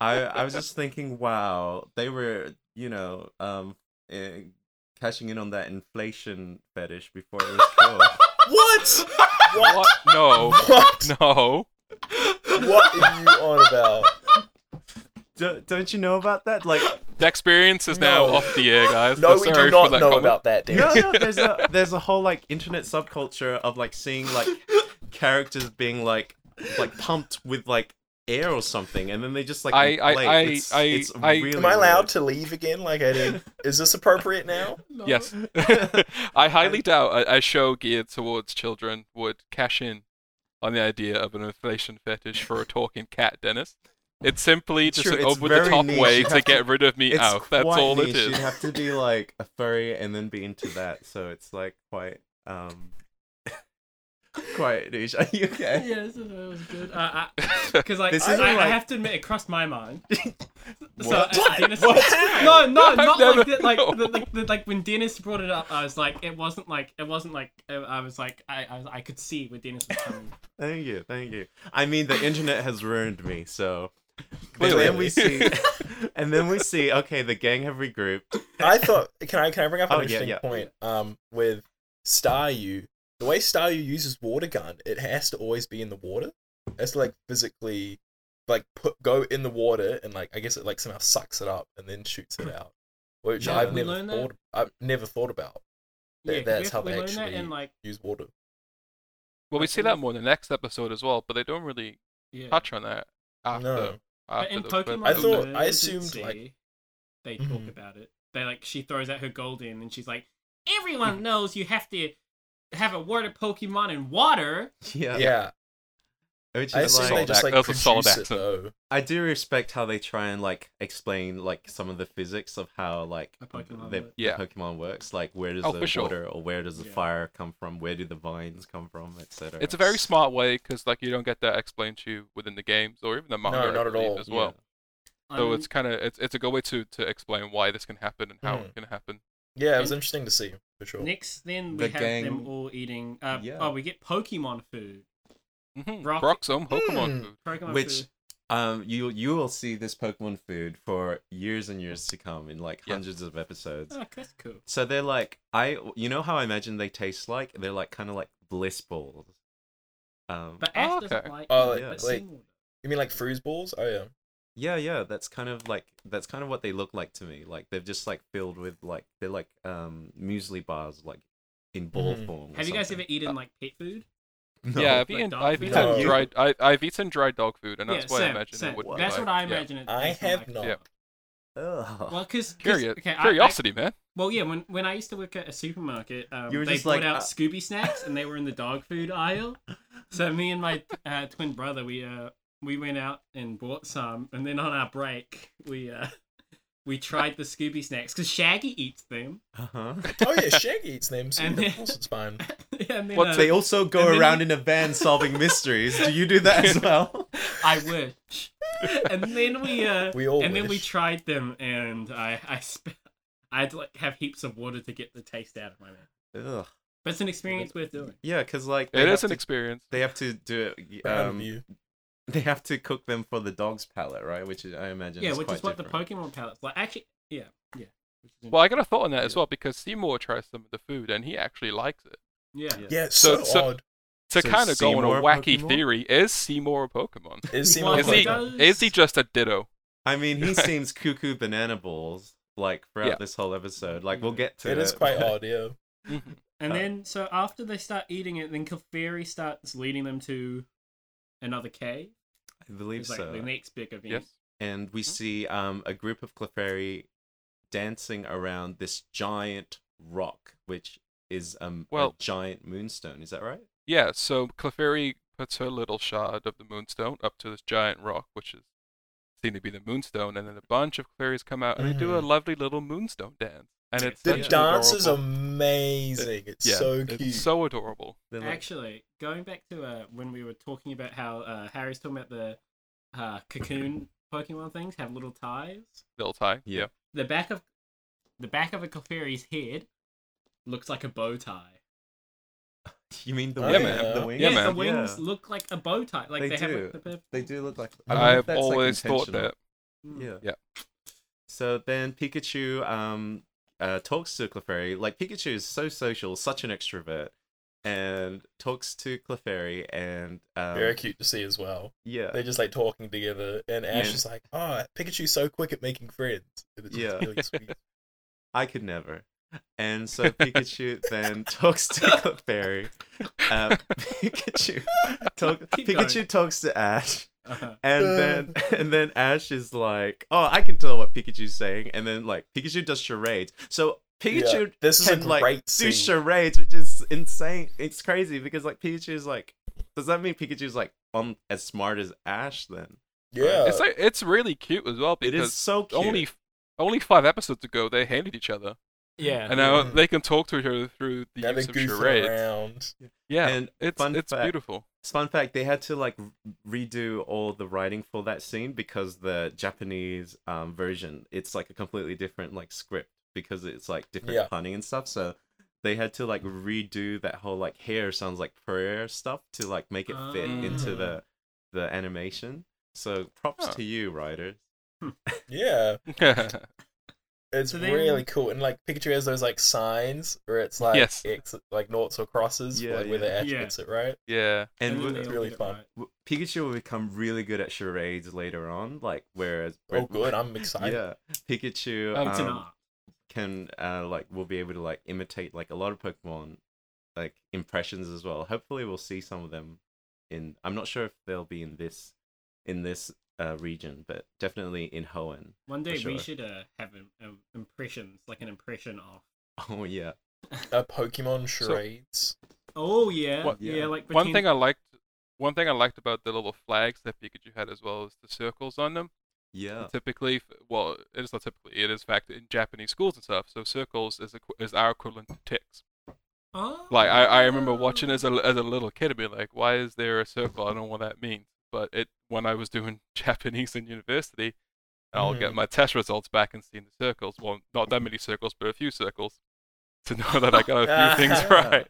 Speaker 2: I I was just thinking, wow, they were you know um eh, cashing in on that inflation fetish before it was cool.
Speaker 4: what? What?
Speaker 5: What? No.
Speaker 4: What?
Speaker 5: No.
Speaker 4: What are you on about?
Speaker 2: don't, don't you know about that? Like
Speaker 5: The experience is now
Speaker 4: No.
Speaker 5: off the air, guys.
Speaker 4: No,
Speaker 5: I'm
Speaker 4: we
Speaker 5: sorry
Speaker 4: do
Speaker 5: for
Speaker 4: not
Speaker 5: that
Speaker 4: know
Speaker 5: comment.
Speaker 4: about that, Dan.
Speaker 2: no, no, there's a there's a whole like internet subculture of like seeing like characters being like like pumped with like air or something, and then they just like
Speaker 5: I- I-
Speaker 2: inflate.
Speaker 5: I-
Speaker 2: it's,
Speaker 5: I-
Speaker 2: it's
Speaker 5: I-
Speaker 2: really
Speaker 4: Am I allowed
Speaker 2: weird.
Speaker 4: to leave again like I did? Is this appropriate now?
Speaker 3: No.
Speaker 5: Yes. I highly doubt a, a show geared towards children would cash in on the idea of an inflation fetish for a talking cat, Dennis. It's simply
Speaker 2: It's
Speaker 5: just
Speaker 2: true,
Speaker 5: an
Speaker 2: it's
Speaker 5: over the top
Speaker 2: very niche.
Speaker 5: way
Speaker 2: You
Speaker 5: to
Speaker 2: have
Speaker 5: get rid of me
Speaker 2: It's
Speaker 5: out. That's
Speaker 2: quite
Speaker 5: all
Speaker 2: niche.
Speaker 5: it
Speaker 2: You'd
Speaker 5: is.
Speaker 2: have to be like a furry and then be into that, so it's like quite um Quiet, Noosh. Are you okay?
Speaker 3: yeah, this is, that was good. Uh, because like,
Speaker 2: This
Speaker 3: I,
Speaker 2: isn't
Speaker 3: I, I
Speaker 2: like-
Speaker 3: have to admit, it crossed my mind. So,
Speaker 2: What?
Speaker 3: uh, Dennis-
Speaker 2: What?
Speaker 3: No, no,
Speaker 5: I've
Speaker 3: not
Speaker 5: never-
Speaker 3: like that. Like,
Speaker 5: no.
Speaker 3: the, like, the, like when Dennis brought it up, I was like, it wasn't like, it wasn't like, I- I was like, I, I, was, I could see where Dennis was coming.
Speaker 2: Thank you, thank you. I mean, the internet has ruined me. So, and
Speaker 5: Clearly.
Speaker 2: then we see, and then we see. Okay, the gang have regrouped.
Speaker 4: I thought can I can I bring up an
Speaker 2: Oh, yeah,
Speaker 4: interesting
Speaker 2: yeah.
Speaker 4: point? Um, with Staryu, the way Staryu uses water gun, it has to always be in the water. It has to like physically, like put go in the water and like I guess it like somehow sucks it up and then shoots it out, which
Speaker 3: Yeah,
Speaker 4: I've
Speaker 3: we
Speaker 4: never
Speaker 3: learned that.
Speaker 4: thought I've never thought about.
Speaker 3: Yeah,
Speaker 4: That,
Speaker 3: 'cause we
Speaker 4: that's
Speaker 3: have-
Speaker 4: how
Speaker 3: we
Speaker 4: they
Speaker 3: learned
Speaker 4: actually
Speaker 3: that in like,
Speaker 4: use water.
Speaker 5: well, we see that more in the next episode as well, but they don't really
Speaker 3: yeah.
Speaker 5: touch on that
Speaker 2: Ah,
Speaker 5: after.
Speaker 4: No.
Speaker 3: But
Speaker 5: after
Speaker 3: in
Speaker 5: the-
Speaker 3: Pokemon,
Speaker 4: I
Speaker 5: the-
Speaker 4: thought-
Speaker 3: Emergency,
Speaker 4: I assumed, like-
Speaker 3: they
Speaker 4: Mhm.
Speaker 3: talk about it. They like she throws out her gold in, and she's like,
Speaker 4: Mm-hmm.
Speaker 3: "Everyone knows you have to have a word of Pokemon in water."
Speaker 2: Yeah,
Speaker 4: yeah,
Speaker 2: Which
Speaker 4: I
Speaker 2: is
Speaker 4: assume
Speaker 2: like,
Speaker 4: they
Speaker 5: solid
Speaker 4: just
Speaker 5: ac-
Speaker 4: like
Speaker 5: that's a
Speaker 4: produce
Speaker 5: solid
Speaker 4: it
Speaker 5: accent.
Speaker 4: though.
Speaker 2: I do respect how they try and like explain like some of the physics of how like
Speaker 3: A Pokemon
Speaker 2: the, the
Speaker 3: works.
Speaker 5: Yeah.
Speaker 2: Pokemon works. Like where does
Speaker 5: Oh,
Speaker 2: the
Speaker 5: for sure.
Speaker 2: water or where does the
Speaker 3: Yeah.
Speaker 2: fire come from? Where do the vines come from, etc.
Speaker 5: It's a very smart way because like you don't get that explained to you within the games or even the manga
Speaker 4: No,
Speaker 5: I
Speaker 4: not at
Speaker 5: believe,
Speaker 4: all.
Speaker 5: as well. So
Speaker 3: Mm-hmm.
Speaker 5: it's kind of it's, it's a good way to to explain why this can happen and
Speaker 2: Hmm.
Speaker 5: how it can happen.
Speaker 4: Yeah, it was
Speaker 3: And-
Speaker 4: interesting to see for sure.
Speaker 3: Next, then we
Speaker 2: The
Speaker 3: have
Speaker 2: gang-
Speaker 3: them all eating. Uh,
Speaker 2: Yeah.
Speaker 3: Oh, we get Pokemon food.
Speaker 5: Mhm.
Speaker 3: Rock-
Speaker 5: Brock's own Pokemon
Speaker 2: Hmm.
Speaker 4: Mm.
Speaker 5: food.
Speaker 3: Pokemon
Speaker 2: Which
Speaker 3: food.
Speaker 2: um you you will see this Pokemon food for years and years to come in like
Speaker 5: Yeah.
Speaker 2: hundreds of episodes.
Speaker 3: Oh, that's cool.
Speaker 2: So they're like I you know how I imagine they taste like? They're like kind of like bliss balls. Um
Speaker 3: But
Speaker 5: Oh,
Speaker 3: Ash doesn't
Speaker 5: okay.
Speaker 3: like.
Speaker 4: Oh,
Speaker 3: it,
Speaker 2: yeah.
Speaker 3: but
Speaker 4: like-
Speaker 3: Seymour
Speaker 4: You mean like freeze balls? Oh yeah.
Speaker 2: Yeah, yeah, that's kind of like that's kind of what they look like to me. Like they're just like filled with like they're like um muesli bars like in ball
Speaker 4: Mhm.
Speaker 2: form. or
Speaker 3: does. Mm-hmm. Have you guys ever
Speaker 2: something.
Speaker 5: Uh,
Speaker 3: eaten like pet food?
Speaker 2: No.
Speaker 5: yeah, I've
Speaker 3: like
Speaker 5: eaten
Speaker 3: dog
Speaker 5: I've
Speaker 3: food.
Speaker 5: eaten
Speaker 4: No.
Speaker 5: dried I, I've eaten dried dog food and that's
Speaker 3: yeah,
Speaker 5: why I
Speaker 3: same,
Speaker 5: imagine
Speaker 3: same.
Speaker 5: it would.
Speaker 3: That's
Speaker 5: be
Speaker 3: what I
Speaker 5: like. Yeah.
Speaker 3: imagine. It
Speaker 4: I
Speaker 3: tastes
Speaker 4: have
Speaker 3: like.
Speaker 4: not.
Speaker 5: Yeah.
Speaker 2: Ugh.
Speaker 3: Well, because
Speaker 5: Curious,
Speaker 3: okay, I- I,
Speaker 5: curiosity, man.
Speaker 3: Well, yeah. When when I used to work at a supermarket, um,
Speaker 2: You were
Speaker 3: they
Speaker 2: just
Speaker 3: brought
Speaker 2: like,
Speaker 3: out
Speaker 2: uh,
Speaker 3: Scooby snacks, and they were in the dog food aisle. So me and my uh, twin brother, we uh, we went out and bought some, and then on our break, we uh, we tried the Scooby snacks because Shaggy eats them.
Speaker 2: Uh-huh.
Speaker 4: Oh yeah, Shaggy eats them. So
Speaker 3: And
Speaker 4: of
Speaker 3: then-
Speaker 4: course it's fine.
Speaker 3: and then,
Speaker 5: What
Speaker 3: uh,
Speaker 2: They also go
Speaker 3: and then
Speaker 2: around
Speaker 3: you-
Speaker 2: in a van solving mysteries. Do you do that as well?
Speaker 3: I wish. and then we uh,
Speaker 4: We all
Speaker 3: and then we
Speaker 4: wish.
Speaker 3: tried them, and I I sp- I had to like have heaps of water to get the taste out of my mouth.
Speaker 2: Ugh.
Speaker 3: But it's an experience worth doing.
Speaker 2: Yeah, because like they
Speaker 5: It
Speaker 2: have
Speaker 5: is an
Speaker 2: to-
Speaker 5: experience.
Speaker 2: they have to do it.
Speaker 4: Proud of
Speaker 2: Um,
Speaker 4: you.
Speaker 2: they have to cook them for the dog's palate, right? Which is, I imagine.
Speaker 3: Yeah,
Speaker 2: is
Speaker 3: which
Speaker 2: quite
Speaker 3: is what
Speaker 2: different.
Speaker 3: the Pokemon palette's like. Actually, yeah, yeah. Which is
Speaker 5: Well, I got a thought on that as
Speaker 2: Yeah.
Speaker 5: well because Seymour tries some of the food and he actually likes it.
Speaker 3: interesting. yeah.
Speaker 2: Yeah.
Speaker 4: Yeah, it's
Speaker 5: So-
Speaker 4: so,
Speaker 5: so-
Speaker 4: odd.
Speaker 5: To
Speaker 2: So
Speaker 5: kind of go on a
Speaker 2: Seymour
Speaker 5: wacky
Speaker 2: Pokemon?
Speaker 5: theory, is Seymour a Pokemon?
Speaker 4: Is
Speaker 3: Well,
Speaker 4: Seymour
Speaker 5: is
Speaker 3: he
Speaker 5: he
Speaker 4: Pokemon?
Speaker 3: does-
Speaker 5: is he just a ditto?
Speaker 2: I mean, he seems cuckoo banana balls like throughout
Speaker 5: Yeah.
Speaker 2: this whole episode. Like we'll get to it.
Speaker 4: It is quite
Speaker 2: but-
Speaker 4: odd, yeah.
Speaker 5: Mhm.
Speaker 3: And
Speaker 2: Uh,
Speaker 3: then, so after they start eating it, then Clefairy starts leading them to another cave.
Speaker 2: I believe
Speaker 3: It's like
Speaker 2: so.
Speaker 3: the next big event.
Speaker 5: yes.
Speaker 2: and
Speaker 5: Mm-hmm.
Speaker 2: we see um, a group of Clefairy dancing around this giant rock, which is um,
Speaker 5: Well-
Speaker 2: a giant moonstone. Is that right?
Speaker 5: Yeah, so Clefairy puts her little shard of the moonstone up to this giant rock, which is seen to be the moonstone, and then a bunch of Clefairies come out and they do a
Speaker 4: Mhm.
Speaker 2: Mm.
Speaker 5: lovely little moonstone dance. And it's
Speaker 4: The
Speaker 5: such an
Speaker 4: dance is
Speaker 5: adorable-
Speaker 4: amazing. It's
Speaker 5: yeah,
Speaker 4: so cute.
Speaker 5: It's so adorable.
Speaker 2: They're like-
Speaker 3: Actually, going back to uh, when we were talking about how uh, Harry's talking about the uh, cocoon Pokemon things have little ties.
Speaker 5: Little tie.
Speaker 2: Yeah.
Speaker 5: Yeah.
Speaker 3: The back of the back of a Clefairy's head looks like a bow tie.
Speaker 2: you mean the
Speaker 4: Yeah,
Speaker 2: wings?
Speaker 4: man.
Speaker 2: The wings?
Speaker 5: Yeah,
Speaker 3: the
Speaker 5: man.
Speaker 3: wings
Speaker 2: Yeah.
Speaker 3: look like a bow tie. Like
Speaker 2: They
Speaker 3: they, have
Speaker 2: do.
Speaker 3: like, the perfect.
Speaker 2: They do look like. I
Speaker 5: I
Speaker 2: wonder if
Speaker 5: have
Speaker 2: that's, like,
Speaker 5: always thought
Speaker 2: intentional.
Speaker 5: that.
Speaker 3: Mm.
Speaker 2: Yeah.
Speaker 5: Yeah.
Speaker 2: So then Pikachu um uh talks to Clefairy. Like Pikachu is so social, such an extrovert, and talks to Clefairy and um,
Speaker 4: Very cute to see as well.
Speaker 2: Yeah.
Speaker 4: They're just like talking together, and Ash
Speaker 2: Yeah.
Speaker 4: is like, "Oh, Pikachu's so quick at making friends." And it's just
Speaker 2: Yeah.
Speaker 4: really sweet.
Speaker 2: I could never. And so Pikachu then talks to Clefairy. Uh, Pikachu talk,
Speaker 3: Keep
Speaker 2: Pikachu
Speaker 3: going.
Speaker 2: talks to Ash,
Speaker 3: Uh-huh.
Speaker 2: and then and then Ash is like, "Oh, I can tell what Pikachu's saying." And then like Pikachu does charades. So Pikachu
Speaker 4: Yeah, this is a
Speaker 2: can like
Speaker 4: great
Speaker 2: do
Speaker 4: scene.
Speaker 2: charades, which is insane. It's crazy because like Pikachu's like, does that mean Pikachu's like um as smart as Ash? Then
Speaker 4: yeah,
Speaker 5: It's like it's really cute as well
Speaker 2: it
Speaker 5: because
Speaker 2: is so cute.
Speaker 5: only only five episodes ago they hated each other.
Speaker 6: Yeah.
Speaker 5: and now
Speaker 4: Mhm.
Speaker 5: they can talk to each other through the
Speaker 4: Now they're
Speaker 5: use of
Speaker 4: goofing
Speaker 5: charades.
Speaker 4: around.
Speaker 5: Yeah,
Speaker 2: And
Speaker 5: it's
Speaker 2: fun
Speaker 5: it's
Speaker 2: fact-
Speaker 5: beautiful.
Speaker 2: Fun fact: They had to like redo all the writing for that scene because the Japanese um, version it's like a completely different like script because it's like different
Speaker 4: Yeah.
Speaker 2: punning and stuff. So they had to like redo that whole like hair sounds like prayer stuff to like make it fit into
Speaker 3: Ah.
Speaker 2: the the animation. So props
Speaker 5: Huh.
Speaker 2: to you, writers.
Speaker 4: Yeah, it's
Speaker 3: So they-
Speaker 4: really cool. And like Pikachu has those like signs where it's like
Speaker 5: Yes.
Speaker 4: X, like noughts or crosses,
Speaker 2: Yeah,
Speaker 4: yeah, like, where
Speaker 2: yeah.
Speaker 4: they actually
Speaker 3: Yeah.
Speaker 4: gets it right.
Speaker 5: yeah,
Speaker 2: And
Speaker 3: then
Speaker 2: w-
Speaker 3: they
Speaker 4: it's
Speaker 3: all
Speaker 4: really
Speaker 3: get it
Speaker 4: fun.
Speaker 3: right.
Speaker 2: w- Pikachu will become really good at charades later on. Like whereas
Speaker 4: Oh, good! I'm excited.
Speaker 2: yeah, Pikachu
Speaker 5: Um,
Speaker 3: It's an
Speaker 2: um,
Speaker 3: art.
Speaker 2: can uh like will be able to like imitate like a lot of Pokemon like impressions as well. Hopefully we'll see some of them in I'm not sure if they'll be in this in this uh region, but definitely in Hoenn.
Speaker 3: One day we
Speaker 2: sure.
Speaker 3: should uh, have an, um, impressions, like an impression of.
Speaker 2: Oh yeah.
Speaker 4: Uh, Pokemon charades.
Speaker 3: Oh yeah,
Speaker 5: What-
Speaker 3: yeah.
Speaker 2: yeah.
Speaker 3: Like
Speaker 5: one thing I liked. One thing I liked about the little flags that Pikachu had, as well as the circles on them,
Speaker 2: Yeah.
Speaker 5: And typically, f- well, it is not typically. It is in fact in Japanese schools and stuff. So circles is equ- is our equivalent to ticks.
Speaker 3: Oh.
Speaker 5: Like I, I remember watching as a as a little kid and being like, why is there a circle? I don't know what that means. But it when I was doing Japanese in university, I'll get
Speaker 4: Mhm.
Speaker 5: my test results back and seeing the circles. Well, not that many circles, but a few circles to know that I got a few things
Speaker 2: Yeah.
Speaker 5: right.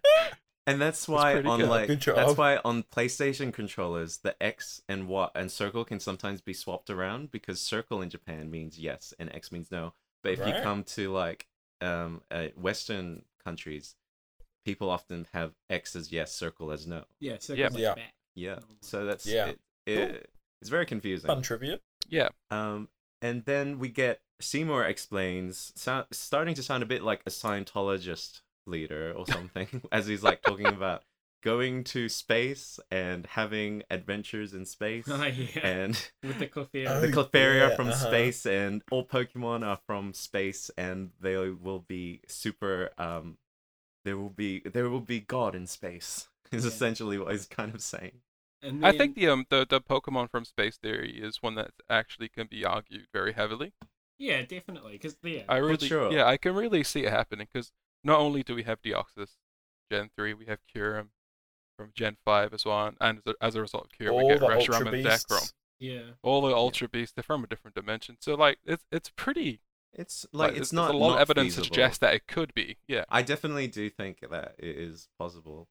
Speaker 2: And that's why
Speaker 5: pretty
Speaker 2: on
Speaker 5: good.
Speaker 2: like
Speaker 4: Good
Speaker 2: that's
Speaker 4: job.
Speaker 2: why on PlayStation controllers the X and Y and circle can sometimes be swapped around because circle in Japan means yes and X means no. But if you
Speaker 4: Right.
Speaker 2: come to like um uh, Western countries, people often have X as yes, circle as no.
Speaker 3: Yeah. So
Speaker 5: Yeah.
Speaker 3: yeah.
Speaker 4: Yeah.
Speaker 3: Back.
Speaker 2: Yeah.
Speaker 3: Oh.
Speaker 2: So that's
Speaker 4: Yeah.
Speaker 2: It, it- it's very confusing.
Speaker 4: Fun trivia.
Speaker 5: Yeah,
Speaker 2: Um, and then we get Seymour explains, so, starting to sound a bit like a Scientologist leader or something, as he's like talking about going to space and having adventures in space.
Speaker 3: Oh, yeah.
Speaker 2: And
Speaker 3: With the coffee.
Speaker 4: Oh,
Speaker 2: the Clefairy
Speaker 4: yeah,
Speaker 2: from
Speaker 4: uh-huh.
Speaker 2: space, and all Pokemon are from space, and they will be super. Um, there will be there will be God in space. Is
Speaker 3: Yeah.
Speaker 2: essentially what he's kind of saying.
Speaker 3: and
Speaker 5: I think
Speaker 3: then-
Speaker 5: the um the, the Pokemon from space theory is one that actually can be argued very heavily.
Speaker 3: yeah, definitely. Because yeah.
Speaker 5: I
Speaker 2: Well,
Speaker 5: really,
Speaker 2: sure.
Speaker 5: yeah, I can really see it happening because not only do we have Deoxys Gen three, we have Kyurem from Gen five as well, and- and as a- as a result of Kyurem,
Speaker 4: All
Speaker 5: we get
Speaker 4: the
Speaker 5: Reshiram
Speaker 4: Ultra
Speaker 5: and
Speaker 4: Beasts.
Speaker 5: Zekrom.
Speaker 3: yeah.
Speaker 5: All the Ultra Beasts, they're from a different dimension, so like it's it's pretty
Speaker 2: It's like, it's
Speaker 5: there's
Speaker 2: not
Speaker 5: a lot
Speaker 2: not
Speaker 5: of evidence
Speaker 2: feasible.
Speaker 5: suggests that it could be, yeah,
Speaker 2: I definitely do think that it is possible.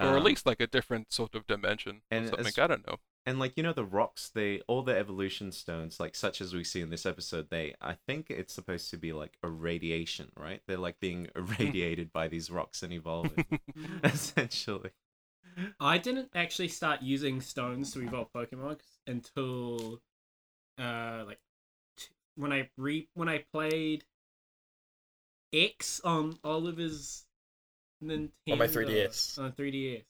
Speaker 5: or at
Speaker 2: Um,
Speaker 5: least like a different sort of dimension
Speaker 2: and
Speaker 5: or something.
Speaker 2: as-
Speaker 5: I don't know.
Speaker 2: and like you know the rocks, they all the evolution stones, like such as we see in this episode, they I think it's supposed to be like a radiation, right? They're like being
Speaker 5: Hmm.
Speaker 2: irradiated by these rocks and evolving,
Speaker 3: Mm-hmm.
Speaker 2: essentially.
Speaker 3: I didn't actually start using stones to evolve Pokemon until, uh, like t- when I re when I played X on Oliver's Nintendo
Speaker 4: On my 3DS.
Speaker 3: on 3DS,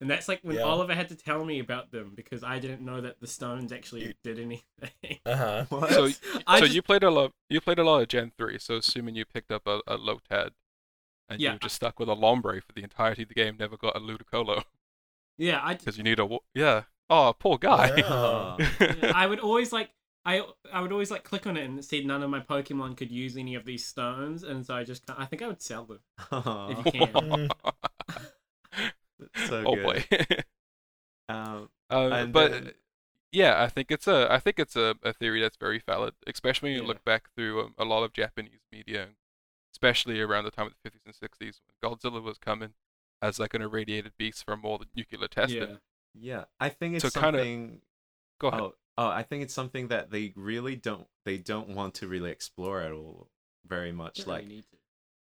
Speaker 3: and that's like when
Speaker 4: Yeah.
Speaker 3: Oliver had to tell me about them because I didn't know that the stones actually
Speaker 4: You-
Speaker 3: did anything.
Speaker 4: Uh huh.
Speaker 2: What?
Speaker 5: So
Speaker 3: I
Speaker 5: so
Speaker 3: just-
Speaker 5: you played a lot, you played a lot of Gen three, so assuming you picked up a, a Lotad. And
Speaker 3: Yeah,
Speaker 5: you were just stuck with a Lombre for the entirety of the game, never got a Ludicolo.
Speaker 3: yeah, I
Speaker 5: because you need a wa- yeah. Oh, poor guy.
Speaker 4: Wow.
Speaker 3: Yeah, I would always like I I would always like click on it and it said none of my Pokemon could use any of these stones, and so I just can't, I think I would sell them if you can.
Speaker 4: Mm,
Speaker 2: so
Speaker 5: oh
Speaker 2: good.
Speaker 5: boy.
Speaker 2: Um,
Speaker 5: um,
Speaker 2: And
Speaker 5: but
Speaker 2: then-
Speaker 5: uh, yeah, I think it's a I think it's a, a theory that's very valid, especially when you
Speaker 3: Yeah.
Speaker 5: look back through um, a lot of Japanese media, especially around the time of the 50s and 60s when Godzilla was coming as like an irradiated beast from all the nuclear testing.
Speaker 3: Yeah.
Speaker 2: yeah, I think it's
Speaker 5: So kinda-
Speaker 2: something.
Speaker 5: Go ahead.
Speaker 2: Oh, oh, I think it's something that they really don't they don't want to really explore at all very much.
Speaker 3: Don't really
Speaker 2: Like
Speaker 3: need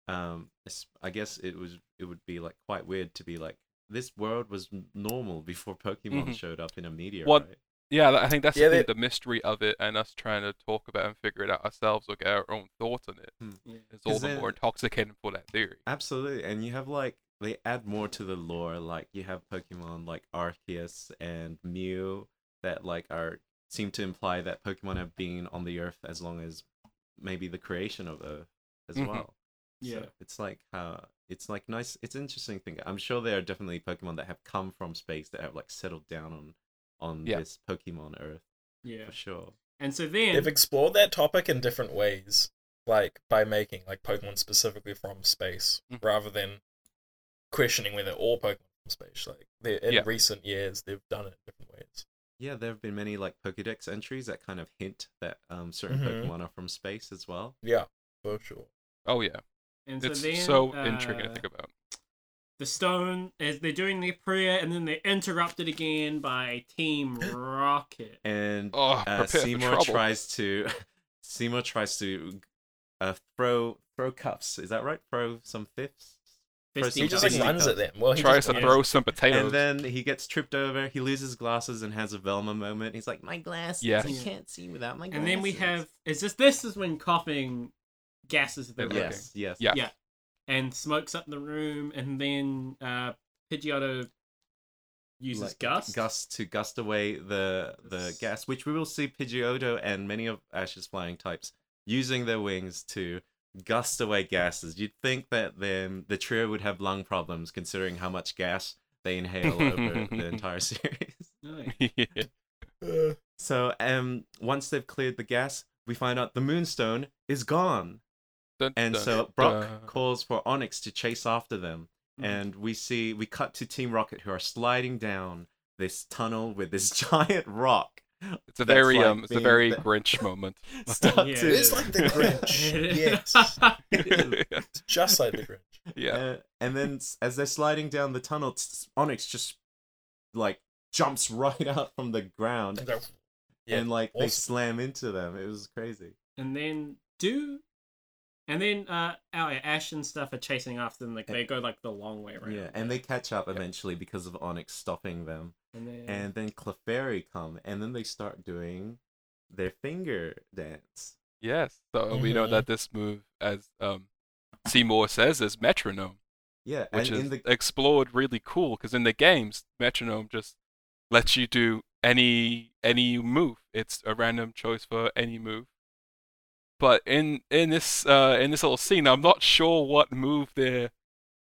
Speaker 3: to.
Speaker 2: um it's- i guess it was it would be like quite weird to be like this world was n- normal before pokemon
Speaker 5: Mhm.
Speaker 2: showed up in a meteor
Speaker 5: What-
Speaker 2: right?
Speaker 5: Yeah, I think that's
Speaker 4: Yeah,
Speaker 5: the, thing,
Speaker 4: they-
Speaker 5: the mystery of it, and us trying to talk about and figure it out ourselves or get our own thoughts on it
Speaker 3: Yeah.
Speaker 5: is all
Speaker 2: 'Cause
Speaker 5: the more
Speaker 2: then-
Speaker 5: intoxicating for that theory.
Speaker 2: absolutely and you have like they add more to the lore like you have pokemon like arceus and mew that like are seem to imply that pokemon have been on the earth as long as maybe the creation of earth as
Speaker 5: Mhm.
Speaker 2: well
Speaker 3: Yeah.
Speaker 2: So it's like uh it's like nice it's interesting thing. I'm sure there are definitely Pokemon that have come from space that have like settled down on on
Speaker 5: Yeah.
Speaker 2: this Pokemon Earth
Speaker 3: Yeah.
Speaker 2: for sure.
Speaker 3: And so then
Speaker 4: They've explored that topic in different ways. like by making like Pokemon specifically from space
Speaker 5: Mhm.
Speaker 4: rather than questioning whether all Pokemon from space. Like they in
Speaker 5: Yeah.
Speaker 4: recent years, they've done it different ways.
Speaker 2: Yeah, there have been many like Pokedex entries that kind of hint that um, certain
Speaker 4: Mhm.
Speaker 5: Mm-hmm.
Speaker 2: Pokemon are from space as well.
Speaker 4: Yeah, for sure.
Speaker 5: Oh yeah,
Speaker 3: And
Speaker 5: it's
Speaker 3: then,
Speaker 5: so
Speaker 3: uh,
Speaker 5: intriguing to think about.
Speaker 3: The stone is they're doing their prayer, and then they're interrupted again by Team Rocket.
Speaker 2: And
Speaker 5: Oh,
Speaker 2: uh,
Speaker 5: prepare for
Speaker 2: Seymour
Speaker 5: trouble.
Speaker 2: tries to Seymour tries to uh, throw throw cuffs. Is that right? Throw some fifths.
Speaker 3: Fisting
Speaker 4: He just like
Speaker 2: Fisting
Speaker 3: cup.
Speaker 4: runs
Speaker 2: cup.
Speaker 4: at them. Well, he
Speaker 5: tries
Speaker 4: just
Speaker 5: to
Speaker 4: runs.
Speaker 5: throw some potatoes.
Speaker 2: And then he gets tripped over. He loses glasses and has a Velma moment. He's like, "My glasses!
Speaker 5: Yes.
Speaker 2: I can't see without my glasses."
Speaker 3: and then we have is this this is when coughing gases the
Speaker 5: Everything.
Speaker 2: yes, yes,
Speaker 5: Yeah.
Speaker 3: yeah, and smokes up the room, and then uh, Pidgeotto uses
Speaker 2: like,
Speaker 3: gust.
Speaker 2: gust to gust away the the
Speaker 3: Yes.
Speaker 2: gas, which we will see Pidgeotto and many of Ash's flying types using their wings to gust away gases. You'd think that then the trio would have lung problems considering how much gas they inhale over the entire series.
Speaker 3: Nice.
Speaker 5: Yeah.
Speaker 4: Uh,
Speaker 2: So um once they've cleared the gas, we find out the moonstone is gone.
Speaker 5: Dun,
Speaker 2: And
Speaker 5: dun,
Speaker 2: so Brock
Speaker 5: dun.
Speaker 2: calls for Onyx to chase after them. And we see we cut to Team Rocket who are sliding down this tunnel with this giant rock.
Speaker 5: it's a
Speaker 2: that's
Speaker 5: very
Speaker 2: like
Speaker 5: um, it's a
Speaker 2: being
Speaker 5: very
Speaker 2: the-
Speaker 5: Grinch moment.
Speaker 2: Stuck
Speaker 3: Yeah.
Speaker 2: to
Speaker 4: it is like the Grinch. yes, it's just like the Grinch.
Speaker 5: yeah,
Speaker 2: Uh, and then s- as they're sliding down the tunnel, s- s- Onyx just like jumps right out from the ground
Speaker 4: Okay. Yeah,
Speaker 2: and like they
Speaker 4: awesome.
Speaker 2: slam into them. It was crazy.
Speaker 3: and then do and then uh oh, yeah, ash and stuff are chasing after them like they go like the long way around
Speaker 2: Yeah, and they catch up eventually because of Onyx stopping them.
Speaker 3: and then
Speaker 2: And then Clefairy come, and then they start doing their finger dance.
Speaker 5: yes. So we know
Speaker 4: Mhm.
Speaker 5: that this move, as um, Seymour says, is metronome,
Speaker 2: Yeah,
Speaker 5: which
Speaker 2: and
Speaker 5: is
Speaker 2: in the
Speaker 5: explored really cool because in the games, metronome just lets you do any any move. It's a random choice for any move. But in in this uh, in this little scene, I'm not sure what move they're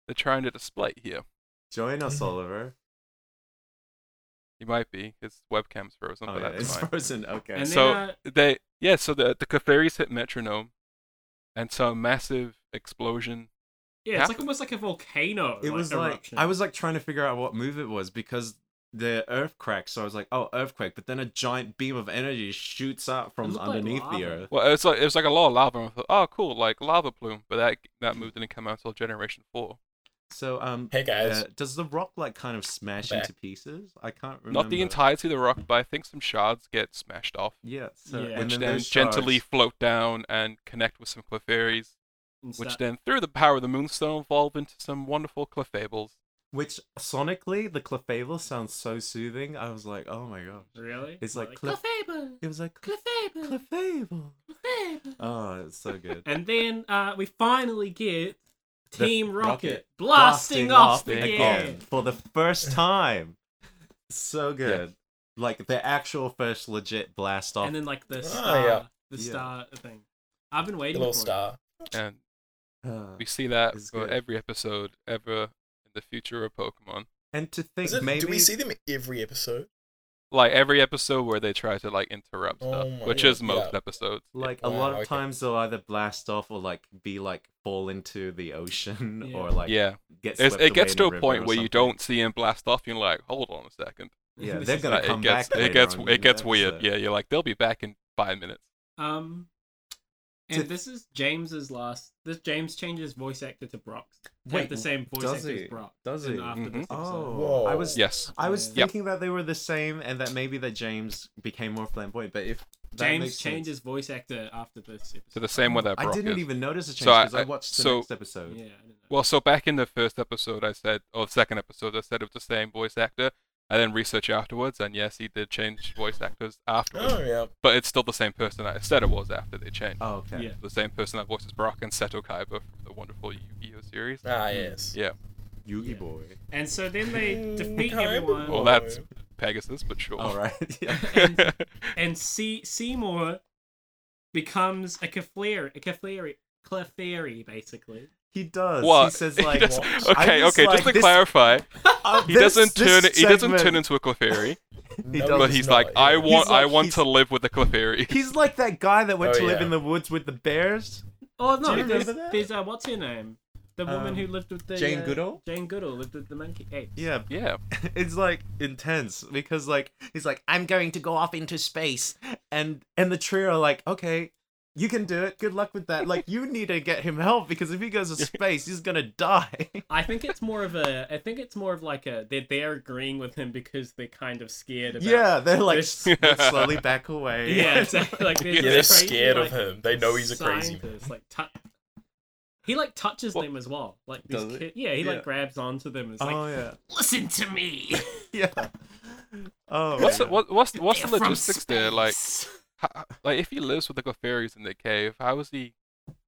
Speaker 5: they're trying to display here.
Speaker 2: join us,
Speaker 4: Mhm.
Speaker 2: Oliver.
Speaker 5: He might be his webcam's frozen,
Speaker 2: Oh
Speaker 5: but
Speaker 2: yeah,
Speaker 5: that's
Speaker 2: it's
Speaker 5: fine.
Speaker 2: frozen. Okay.
Speaker 3: And
Speaker 5: so
Speaker 3: then, uh,
Speaker 5: they yeah, so the the Clefairies hit metronome, and so a massive explosion.
Speaker 3: yeah it's like almost like a volcano
Speaker 2: it
Speaker 3: like,
Speaker 2: was
Speaker 3: eruption.
Speaker 2: like I was like trying to figure out what move it was because the earth cracked, so I was like, "Oh, earthquake!" But then a giant beam of energy shoots out from
Speaker 3: looked like
Speaker 2: underneath
Speaker 3: lava.
Speaker 2: the earth.
Speaker 5: Well, it was like it was like a lot of lava. And I thought, oh, cool, like lava plume. But that that move didn't come out until Generation Four.
Speaker 2: So, um,
Speaker 4: Hey guys,
Speaker 2: uh, does the rock like kind of smash
Speaker 4: Back.
Speaker 2: into pieces? I can't remember.
Speaker 5: Not the entirety of the rock, but I think some shards get smashed off,
Speaker 2: Yeah. So
Speaker 3: Yeah.
Speaker 2: and
Speaker 5: which
Speaker 2: then,
Speaker 5: then
Speaker 2: those
Speaker 5: gently
Speaker 2: shards-
Speaker 5: float down and connect with some Clefairies,
Speaker 3: And
Speaker 5: which
Speaker 3: stuff.
Speaker 5: then through the power of the Moonstone evolve into some wonderful Clefables.
Speaker 2: which sonically the Clefable sounds so soothing. I was like, "Oh my god!"
Speaker 3: really
Speaker 2: It's like Clef-
Speaker 3: Clefable,
Speaker 2: It was like
Speaker 3: Clefable,
Speaker 2: Clefable.
Speaker 3: Clefable.
Speaker 2: Oh, it's so good.
Speaker 3: and then uh we finally get
Speaker 2: The
Speaker 3: team rocket,
Speaker 2: Rocket
Speaker 3: blasting, off
Speaker 5: the
Speaker 3: again,
Speaker 5: again.
Speaker 2: for the first time. So good. Like the actual first legit blast off.
Speaker 3: and then like the
Speaker 4: Ah,
Speaker 3: star
Speaker 4: yeah.
Speaker 3: the
Speaker 2: Yeah.
Speaker 3: star thing i've been
Speaker 4: the
Speaker 3: waiting
Speaker 4: little
Speaker 3: for it.
Speaker 4: star.
Speaker 5: And
Speaker 2: Uh,
Speaker 5: we see that
Speaker 2: It's
Speaker 5: for
Speaker 2: good.
Speaker 5: every episode ever in the future of Pokemon.
Speaker 2: and to think
Speaker 4: Is it,
Speaker 2: maybe
Speaker 4: Do we see them every episode?
Speaker 5: like every episode where they try to like interrupt
Speaker 4: Oh
Speaker 5: stuff,
Speaker 4: my
Speaker 5: which
Speaker 4: God,
Speaker 5: is most
Speaker 4: yeah.
Speaker 5: episodes.
Speaker 2: like a
Speaker 4: Wow,
Speaker 2: lot of
Speaker 4: okay.
Speaker 2: times they'll either blast off or like be like fall into the ocean
Speaker 3: Yeah.
Speaker 2: or like
Speaker 5: yeah,
Speaker 2: get
Speaker 5: It's-
Speaker 2: swept
Speaker 5: it
Speaker 2: away
Speaker 5: gets
Speaker 2: in
Speaker 5: to
Speaker 2: a
Speaker 5: a
Speaker 2: river
Speaker 5: point
Speaker 2: or
Speaker 5: where you
Speaker 2: something.
Speaker 5: don't see him blast off. and You're like, hold on a second.
Speaker 2: Yeah,
Speaker 3: This
Speaker 2: they're
Speaker 3: is
Speaker 2: gonna
Speaker 5: Like,
Speaker 2: come
Speaker 5: it gets
Speaker 2: back.
Speaker 5: it
Speaker 2: later
Speaker 5: gets
Speaker 2: on in
Speaker 5: it
Speaker 2: the
Speaker 5: gets weird.
Speaker 2: episode.
Speaker 5: Yeah, you're like they'll be back in five minutes.
Speaker 3: Um,
Speaker 2: To-
Speaker 3: and this is James's last. This James changes voice actor to Brock. Have
Speaker 2: Wait,
Speaker 3: the same voice
Speaker 2: does
Speaker 3: actor
Speaker 2: he?
Speaker 3: as Brock.
Speaker 2: Does
Speaker 3: in-
Speaker 2: he?
Speaker 3: After
Speaker 5: Mhm.
Speaker 3: this
Speaker 2: Oh,
Speaker 3: episode.
Speaker 4: Whoa.
Speaker 2: I was
Speaker 5: Yes,
Speaker 2: I was
Speaker 3: Yeah.
Speaker 5: Yep.
Speaker 2: thinking that they were the same and that maybe that James became more flamboyant, but if that makes
Speaker 3: James
Speaker 2: sense-
Speaker 3: changes voice actor after this
Speaker 5: to
Speaker 3: episode.
Speaker 5: the same way that Brock
Speaker 2: I didn't
Speaker 5: is.
Speaker 2: even notice a change
Speaker 5: So I-
Speaker 2: because I,
Speaker 5: I-
Speaker 2: watched the
Speaker 5: so-
Speaker 2: next episode.
Speaker 3: Yeah, I don't know.
Speaker 5: Well, so back in the first episode, I said, or second episode, I said it was the same voice actor. I then research afterwards, and yes, he did change voice actors afterwards.
Speaker 4: Oh yeah.
Speaker 5: But it's still the same person I said it was after they changed.
Speaker 2: Oh, okay.
Speaker 3: Yeah.
Speaker 5: The same person that voices Brock and Seto Kaiba from the wonderful Yu-Gi-Oh series.
Speaker 4: Ah yes.
Speaker 5: Yeah.
Speaker 2: Yugi
Speaker 3: Yeah.
Speaker 2: boy.
Speaker 3: and so then they defeat
Speaker 4: Kind of.
Speaker 3: everyone.
Speaker 2: Oh,
Speaker 5: Well, that's Pegasus, but sure.
Speaker 2: All right. Yeah.
Speaker 3: and, and C- Seymour becomes a Clefairy, a Clefairy, Clefairy basically.
Speaker 2: He does.
Speaker 5: What?
Speaker 2: He says
Speaker 5: He
Speaker 2: like,
Speaker 5: does-
Speaker 2: "What?"
Speaker 5: okay,
Speaker 2: I'm
Speaker 5: okay.
Speaker 2: like,
Speaker 5: just to
Speaker 2: this-
Speaker 5: clarify,
Speaker 2: uh,
Speaker 5: he
Speaker 2: this-
Speaker 5: doesn't
Speaker 2: this
Speaker 5: turn. He doesn't
Speaker 2: segment-
Speaker 5: turn into a Clefairy,
Speaker 4: No,
Speaker 2: does.
Speaker 5: but
Speaker 2: he's
Speaker 5: he's
Speaker 4: not,
Speaker 5: like, I
Speaker 4: yeah.
Speaker 5: want,
Speaker 2: He's like-
Speaker 5: I want
Speaker 2: he's-
Speaker 5: to live with a Clefairy.
Speaker 2: He's like that guy that went
Speaker 4: Oh,
Speaker 2: to live
Speaker 4: yeah.
Speaker 2: in the woods with the bears.
Speaker 3: Oh no,
Speaker 2: Do you
Speaker 3: there's,
Speaker 2: remember that?
Speaker 3: there's uh, what's her name? The woman
Speaker 2: Um,
Speaker 3: who lived with the
Speaker 2: Jane
Speaker 3: uh,
Speaker 2: Goodall?
Speaker 3: Jane Goodall lived with the monkey apes.
Speaker 2: Yeah,
Speaker 5: Yeah.
Speaker 2: it's like intense because like he's like i'm going to go off into space and and the trio are like okay you can do it good luck with that like you need to get him help because if he goes to space he's gonna die
Speaker 3: I think it's more of a. I think it's more of like a. They're, they're agreeing with him because they're kind of scared. About,
Speaker 2: yeah they're like
Speaker 3: This-
Speaker 2: s- they slowly back away
Speaker 3: Yeah. Exactly. Like they're,
Speaker 5: Yeah,
Speaker 4: Yeah,
Speaker 5: they're
Speaker 4: they're
Speaker 3: crazy,
Speaker 4: scared
Speaker 3: like,
Speaker 4: of him. They know he's a crazy man.
Speaker 3: scientist, Like tou- he like touches
Speaker 5: Well-
Speaker 3: them as well. Like these
Speaker 2: Does he?
Speaker 3: kid- yeah, he
Speaker 2: Yeah.
Speaker 3: like grabs onto them and is like,
Speaker 2: oh yeah
Speaker 3: "Listen to me."
Speaker 2: yeah oh
Speaker 5: What's
Speaker 2: yeah.
Speaker 5: the, what, what's what's the
Speaker 3: They're from
Speaker 5: logistics there? Like,
Speaker 3: space."
Speaker 5: how, like if he lives with the fairies in the cave, how is he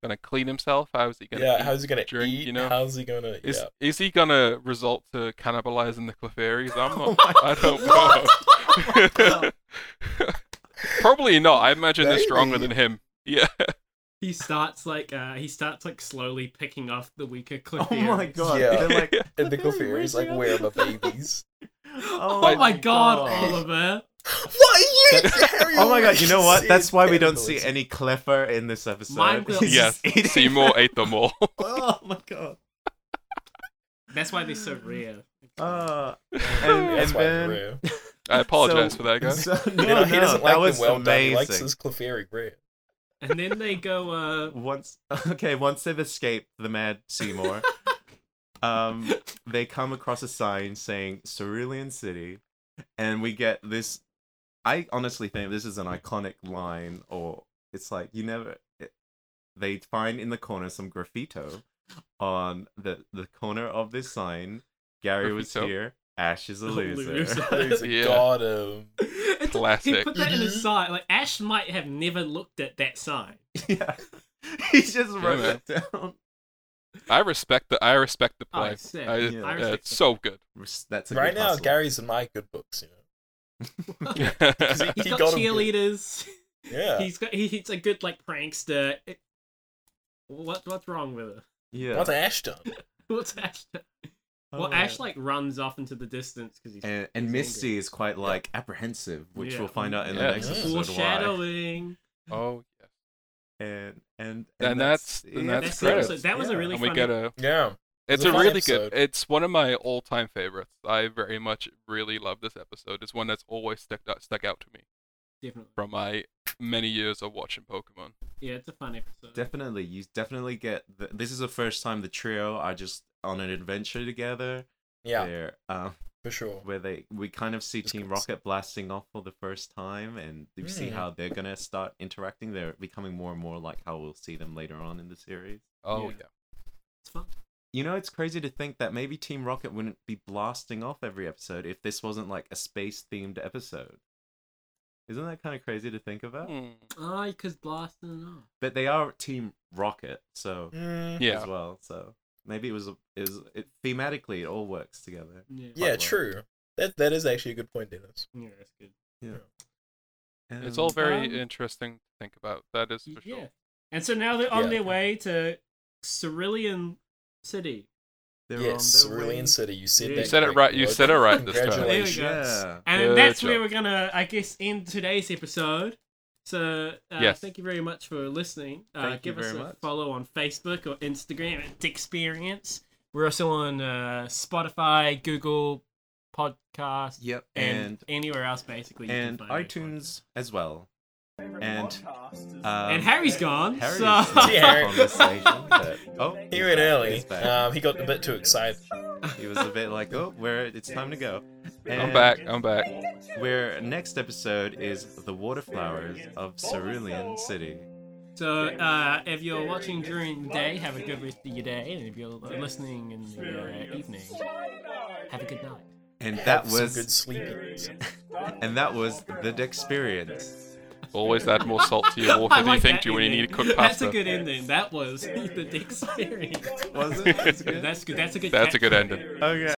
Speaker 5: gonna clean himself? How is he gonna?
Speaker 4: Yeah,
Speaker 5: eat?
Speaker 4: how's he gonna
Speaker 5: drink,
Speaker 4: eat?
Speaker 5: you know?
Speaker 4: How's he gonna?
Speaker 5: Is
Speaker 4: yeah.
Speaker 5: is he gonna result to cannibalizing the Clefairies? I'm
Speaker 2: Oh
Speaker 5: not.
Speaker 2: my
Speaker 5: I don't know. Probably not. I imagine they're stronger
Speaker 4: Maybe.
Speaker 5: than him. Yeah.
Speaker 3: he starts like uh he starts like slowly picking off the weaker cliff.
Speaker 2: oh my god
Speaker 4: Yeah.
Speaker 2: they're like
Speaker 4: And the
Speaker 2: Clefairy,
Speaker 4: Clefairy's like,
Speaker 2: where's
Speaker 4: where
Speaker 2: the
Speaker 4: are my babies?
Speaker 2: oh,
Speaker 3: Oh my god,
Speaker 2: god.
Speaker 3: Oliver.
Speaker 4: what are you, Harry?
Speaker 2: Oh my god, you know what?
Speaker 4: Said
Speaker 2: That's why we don't see
Speaker 4: cannibalism.
Speaker 2: any clever in this episode.
Speaker 3: Mine will-
Speaker 2: He's
Speaker 5: Yes.
Speaker 2: just eating-
Speaker 5: Seymour ate them all.
Speaker 2: Oh my god.
Speaker 3: That's why they're so rare.
Speaker 2: Uh, and,
Speaker 4: Yeah,
Speaker 2: and
Speaker 4: that's why they're
Speaker 2: then,
Speaker 4: rare.
Speaker 5: I apologize
Speaker 2: So-
Speaker 5: for that, guys.
Speaker 2: so, no,
Speaker 4: You know, he
Speaker 2: no,
Speaker 4: doesn't like
Speaker 2: that
Speaker 4: them
Speaker 2: was
Speaker 4: well done. He
Speaker 2: amazing.
Speaker 4: likes his Clefairy rare.
Speaker 3: and then they go uh
Speaker 2: Once, okay, once they've escaped the mad Seymour, um, they come across a sign saying Cerulean City, and we get this. I honestly think this is an iconic line, or it's like you never. It, they find in the corner some graffito on the the corner of this sign. Gary
Speaker 5: Graffito.
Speaker 2: was here. Ash is a loser.
Speaker 4: He's
Speaker 5: Yeah.
Speaker 4: like, God, um,
Speaker 3: It's- He
Speaker 5: Classic.
Speaker 3: put that in his
Speaker 4: Mhm.
Speaker 3: sign. Like Ash might have never looked at that sign.
Speaker 2: yeah, he just wrote
Speaker 5: man.
Speaker 2: it down.
Speaker 5: I respect the I respect the
Speaker 3: Oh,
Speaker 5: play.
Speaker 3: it's sick.
Speaker 5: I-
Speaker 2: Yeah.
Speaker 5: yeah,
Speaker 3: I respect
Speaker 5: it's so good.
Speaker 2: Res- That's a
Speaker 4: right
Speaker 2: good
Speaker 4: now,
Speaker 2: hustle.
Speaker 4: Gary's in my good books. You know.
Speaker 3: He's
Speaker 4: He
Speaker 3: got
Speaker 4: got 'em good.
Speaker 3: cheerleaders.
Speaker 4: Yeah.
Speaker 3: He's got he, he's a good like prankster. It- what what's wrong with her?
Speaker 2: Yeah.
Speaker 4: What's Ash done?
Speaker 3: What's Ash? do-
Speaker 2: Oh.
Speaker 3: Well, Ash like runs off into the distance because he's
Speaker 2: and, and
Speaker 3: he's angry.
Speaker 2: Misty is quite like apprehensive, which
Speaker 3: Yeah.
Speaker 2: we'll find out in
Speaker 5: Yeah.
Speaker 2: the next episode. why.
Speaker 3: foreshadowing.
Speaker 5: oh yeah.
Speaker 2: And and
Speaker 5: And that's- and
Speaker 2: yeah,
Speaker 5: that's
Speaker 3: That's
Speaker 5: great.
Speaker 3: the episode. That was a
Speaker 2: Yeah.
Speaker 3: really
Speaker 5: And we
Speaker 3: funny.
Speaker 5: get a
Speaker 4: Yeah.
Speaker 5: it's
Speaker 4: a
Speaker 5: a
Speaker 4: fun
Speaker 5: really
Speaker 4: episode.
Speaker 5: good it's one of my all time favorites. I very much really love this episode. It's one that's always stuck out stuck out to me
Speaker 3: Definitely.
Speaker 5: from my many years of watching Pokemon.
Speaker 3: Yeah, it's a fun episode.
Speaker 2: definitely you definitely get the, this is the first time the trio are just on an adventure together.
Speaker 4: Yeah,
Speaker 2: They're, um,
Speaker 4: for sure.
Speaker 2: where they we kind of see
Speaker 4: It's
Speaker 2: Team
Speaker 4: good.
Speaker 2: Rocket blasting off for the first time, and we see
Speaker 3: Hmm.
Speaker 4: Mm.
Speaker 2: how they're gonna start interacting. They're becoming more and more like how we'll see them later on in the series.
Speaker 5: Oh
Speaker 3: Yeah.
Speaker 5: yeah.
Speaker 3: It's fun.
Speaker 2: You know, it's crazy to think that maybe Team Rocket wouldn't be blasting off every episode if this wasn't like a space themed episode. Isn't that kind of crazy to think about?
Speaker 5: Hmm.
Speaker 3: Oh, because blasting off.
Speaker 2: But they are Team Rocket, so
Speaker 4: Mm,
Speaker 5: Yeah.
Speaker 2: as well. So maybe it was a, is it thematically it all works together.
Speaker 3: Yeah.
Speaker 4: yeah,
Speaker 2: well.
Speaker 4: true. That that is actually a good point, Dennis.
Speaker 3: Yeah, that's good.
Speaker 5: It's all
Speaker 2: Um,
Speaker 5: very
Speaker 3: Um,
Speaker 5: interesting to think about. That is for
Speaker 3: Yeah.
Speaker 5: sure.
Speaker 3: And so now they're on
Speaker 4: Yeah.
Speaker 3: their way to Cerulean City.
Speaker 2: they're on
Speaker 4: Yes,
Speaker 2: their way.
Speaker 4: Cerulean City. You said
Speaker 3: Yeah.
Speaker 4: that.
Speaker 3: You said
Speaker 5: it
Speaker 4: correct,
Speaker 5: right- you
Speaker 4: Lloyd.
Speaker 5: said it right this time.
Speaker 3: There
Speaker 4: Congratulations.
Speaker 3: we go.
Speaker 2: Yeah.
Speaker 3: And
Speaker 5: Good
Speaker 3: that's where
Speaker 5: job.
Speaker 3: we're gonna, I guess, end today's episode. So uh,
Speaker 5: Yes.
Speaker 3: thank you very much for listening. Uh,
Speaker 2: Thank you
Speaker 3: give us
Speaker 2: very
Speaker 3: a
Speaker 2: much.
Speaker 3: follow on Facebook or Instagram at Experience. We're also on uh, Spotify, Google Podcast,
Speaker 2: Yep.
Speaker 3: and,
Speaker 2: And
Speaker 3: anywhere else basically. you can
Speaker 2: and,
Speaker 3: find our podcast.
Speaker 2: iTunes as well. And,
Speaker 1: and
Speaker 2: um,
Speaker 3: And Harry's gone.
Speaker 2: Harry's
Speaker 3: so-
Speaker 2: not
Speaker 4: Yeah, Harry-
Speaker 2: on this station, but- oh,
Speaker 4: He
Speaker 2: he's back,
Speaker 4: went early.
Speaker 2: he's back.
Speaker 4: Um, he got a bit too excited.
Speaker 2: he was a bit like, oh, where it's time to go.
Speaker 5: I'm
Speaker 2: And
Speaker 5: back. I'm back.
Speaker 2: Where next episode is the waterflowers of Cerulean City.
Speaker 3: So, uh, if you're watching during the day, have a good rest of your day, and if you're listening in the uh, evening, have a good night.
Speaker 2: And that
Speaker 4: Have some good
Speaker 2: was
Speaker 4: sleepiness.
Speaker 2: and that was the Dexperience.
Speaker 5: Always add more salt to your water
Speaker 3: I
Speaker 5: than
Speaker 3: like
Speaker 5: you think
Speaker 3: that
Speaker 5: to when you
Speaker 3: ending.
Speaker 5: need to cook
Speaker 3: That's
Speaker 5: pasta.
Speaker 3: a good ending. That was the experience.
Speaker 2: Was it?
Speaker 3: That's good. That's a good.
Speaker 5: That's a good
Speaker 3: catchphrase.
Speaker 5: ending.
Speaker 2: Okay.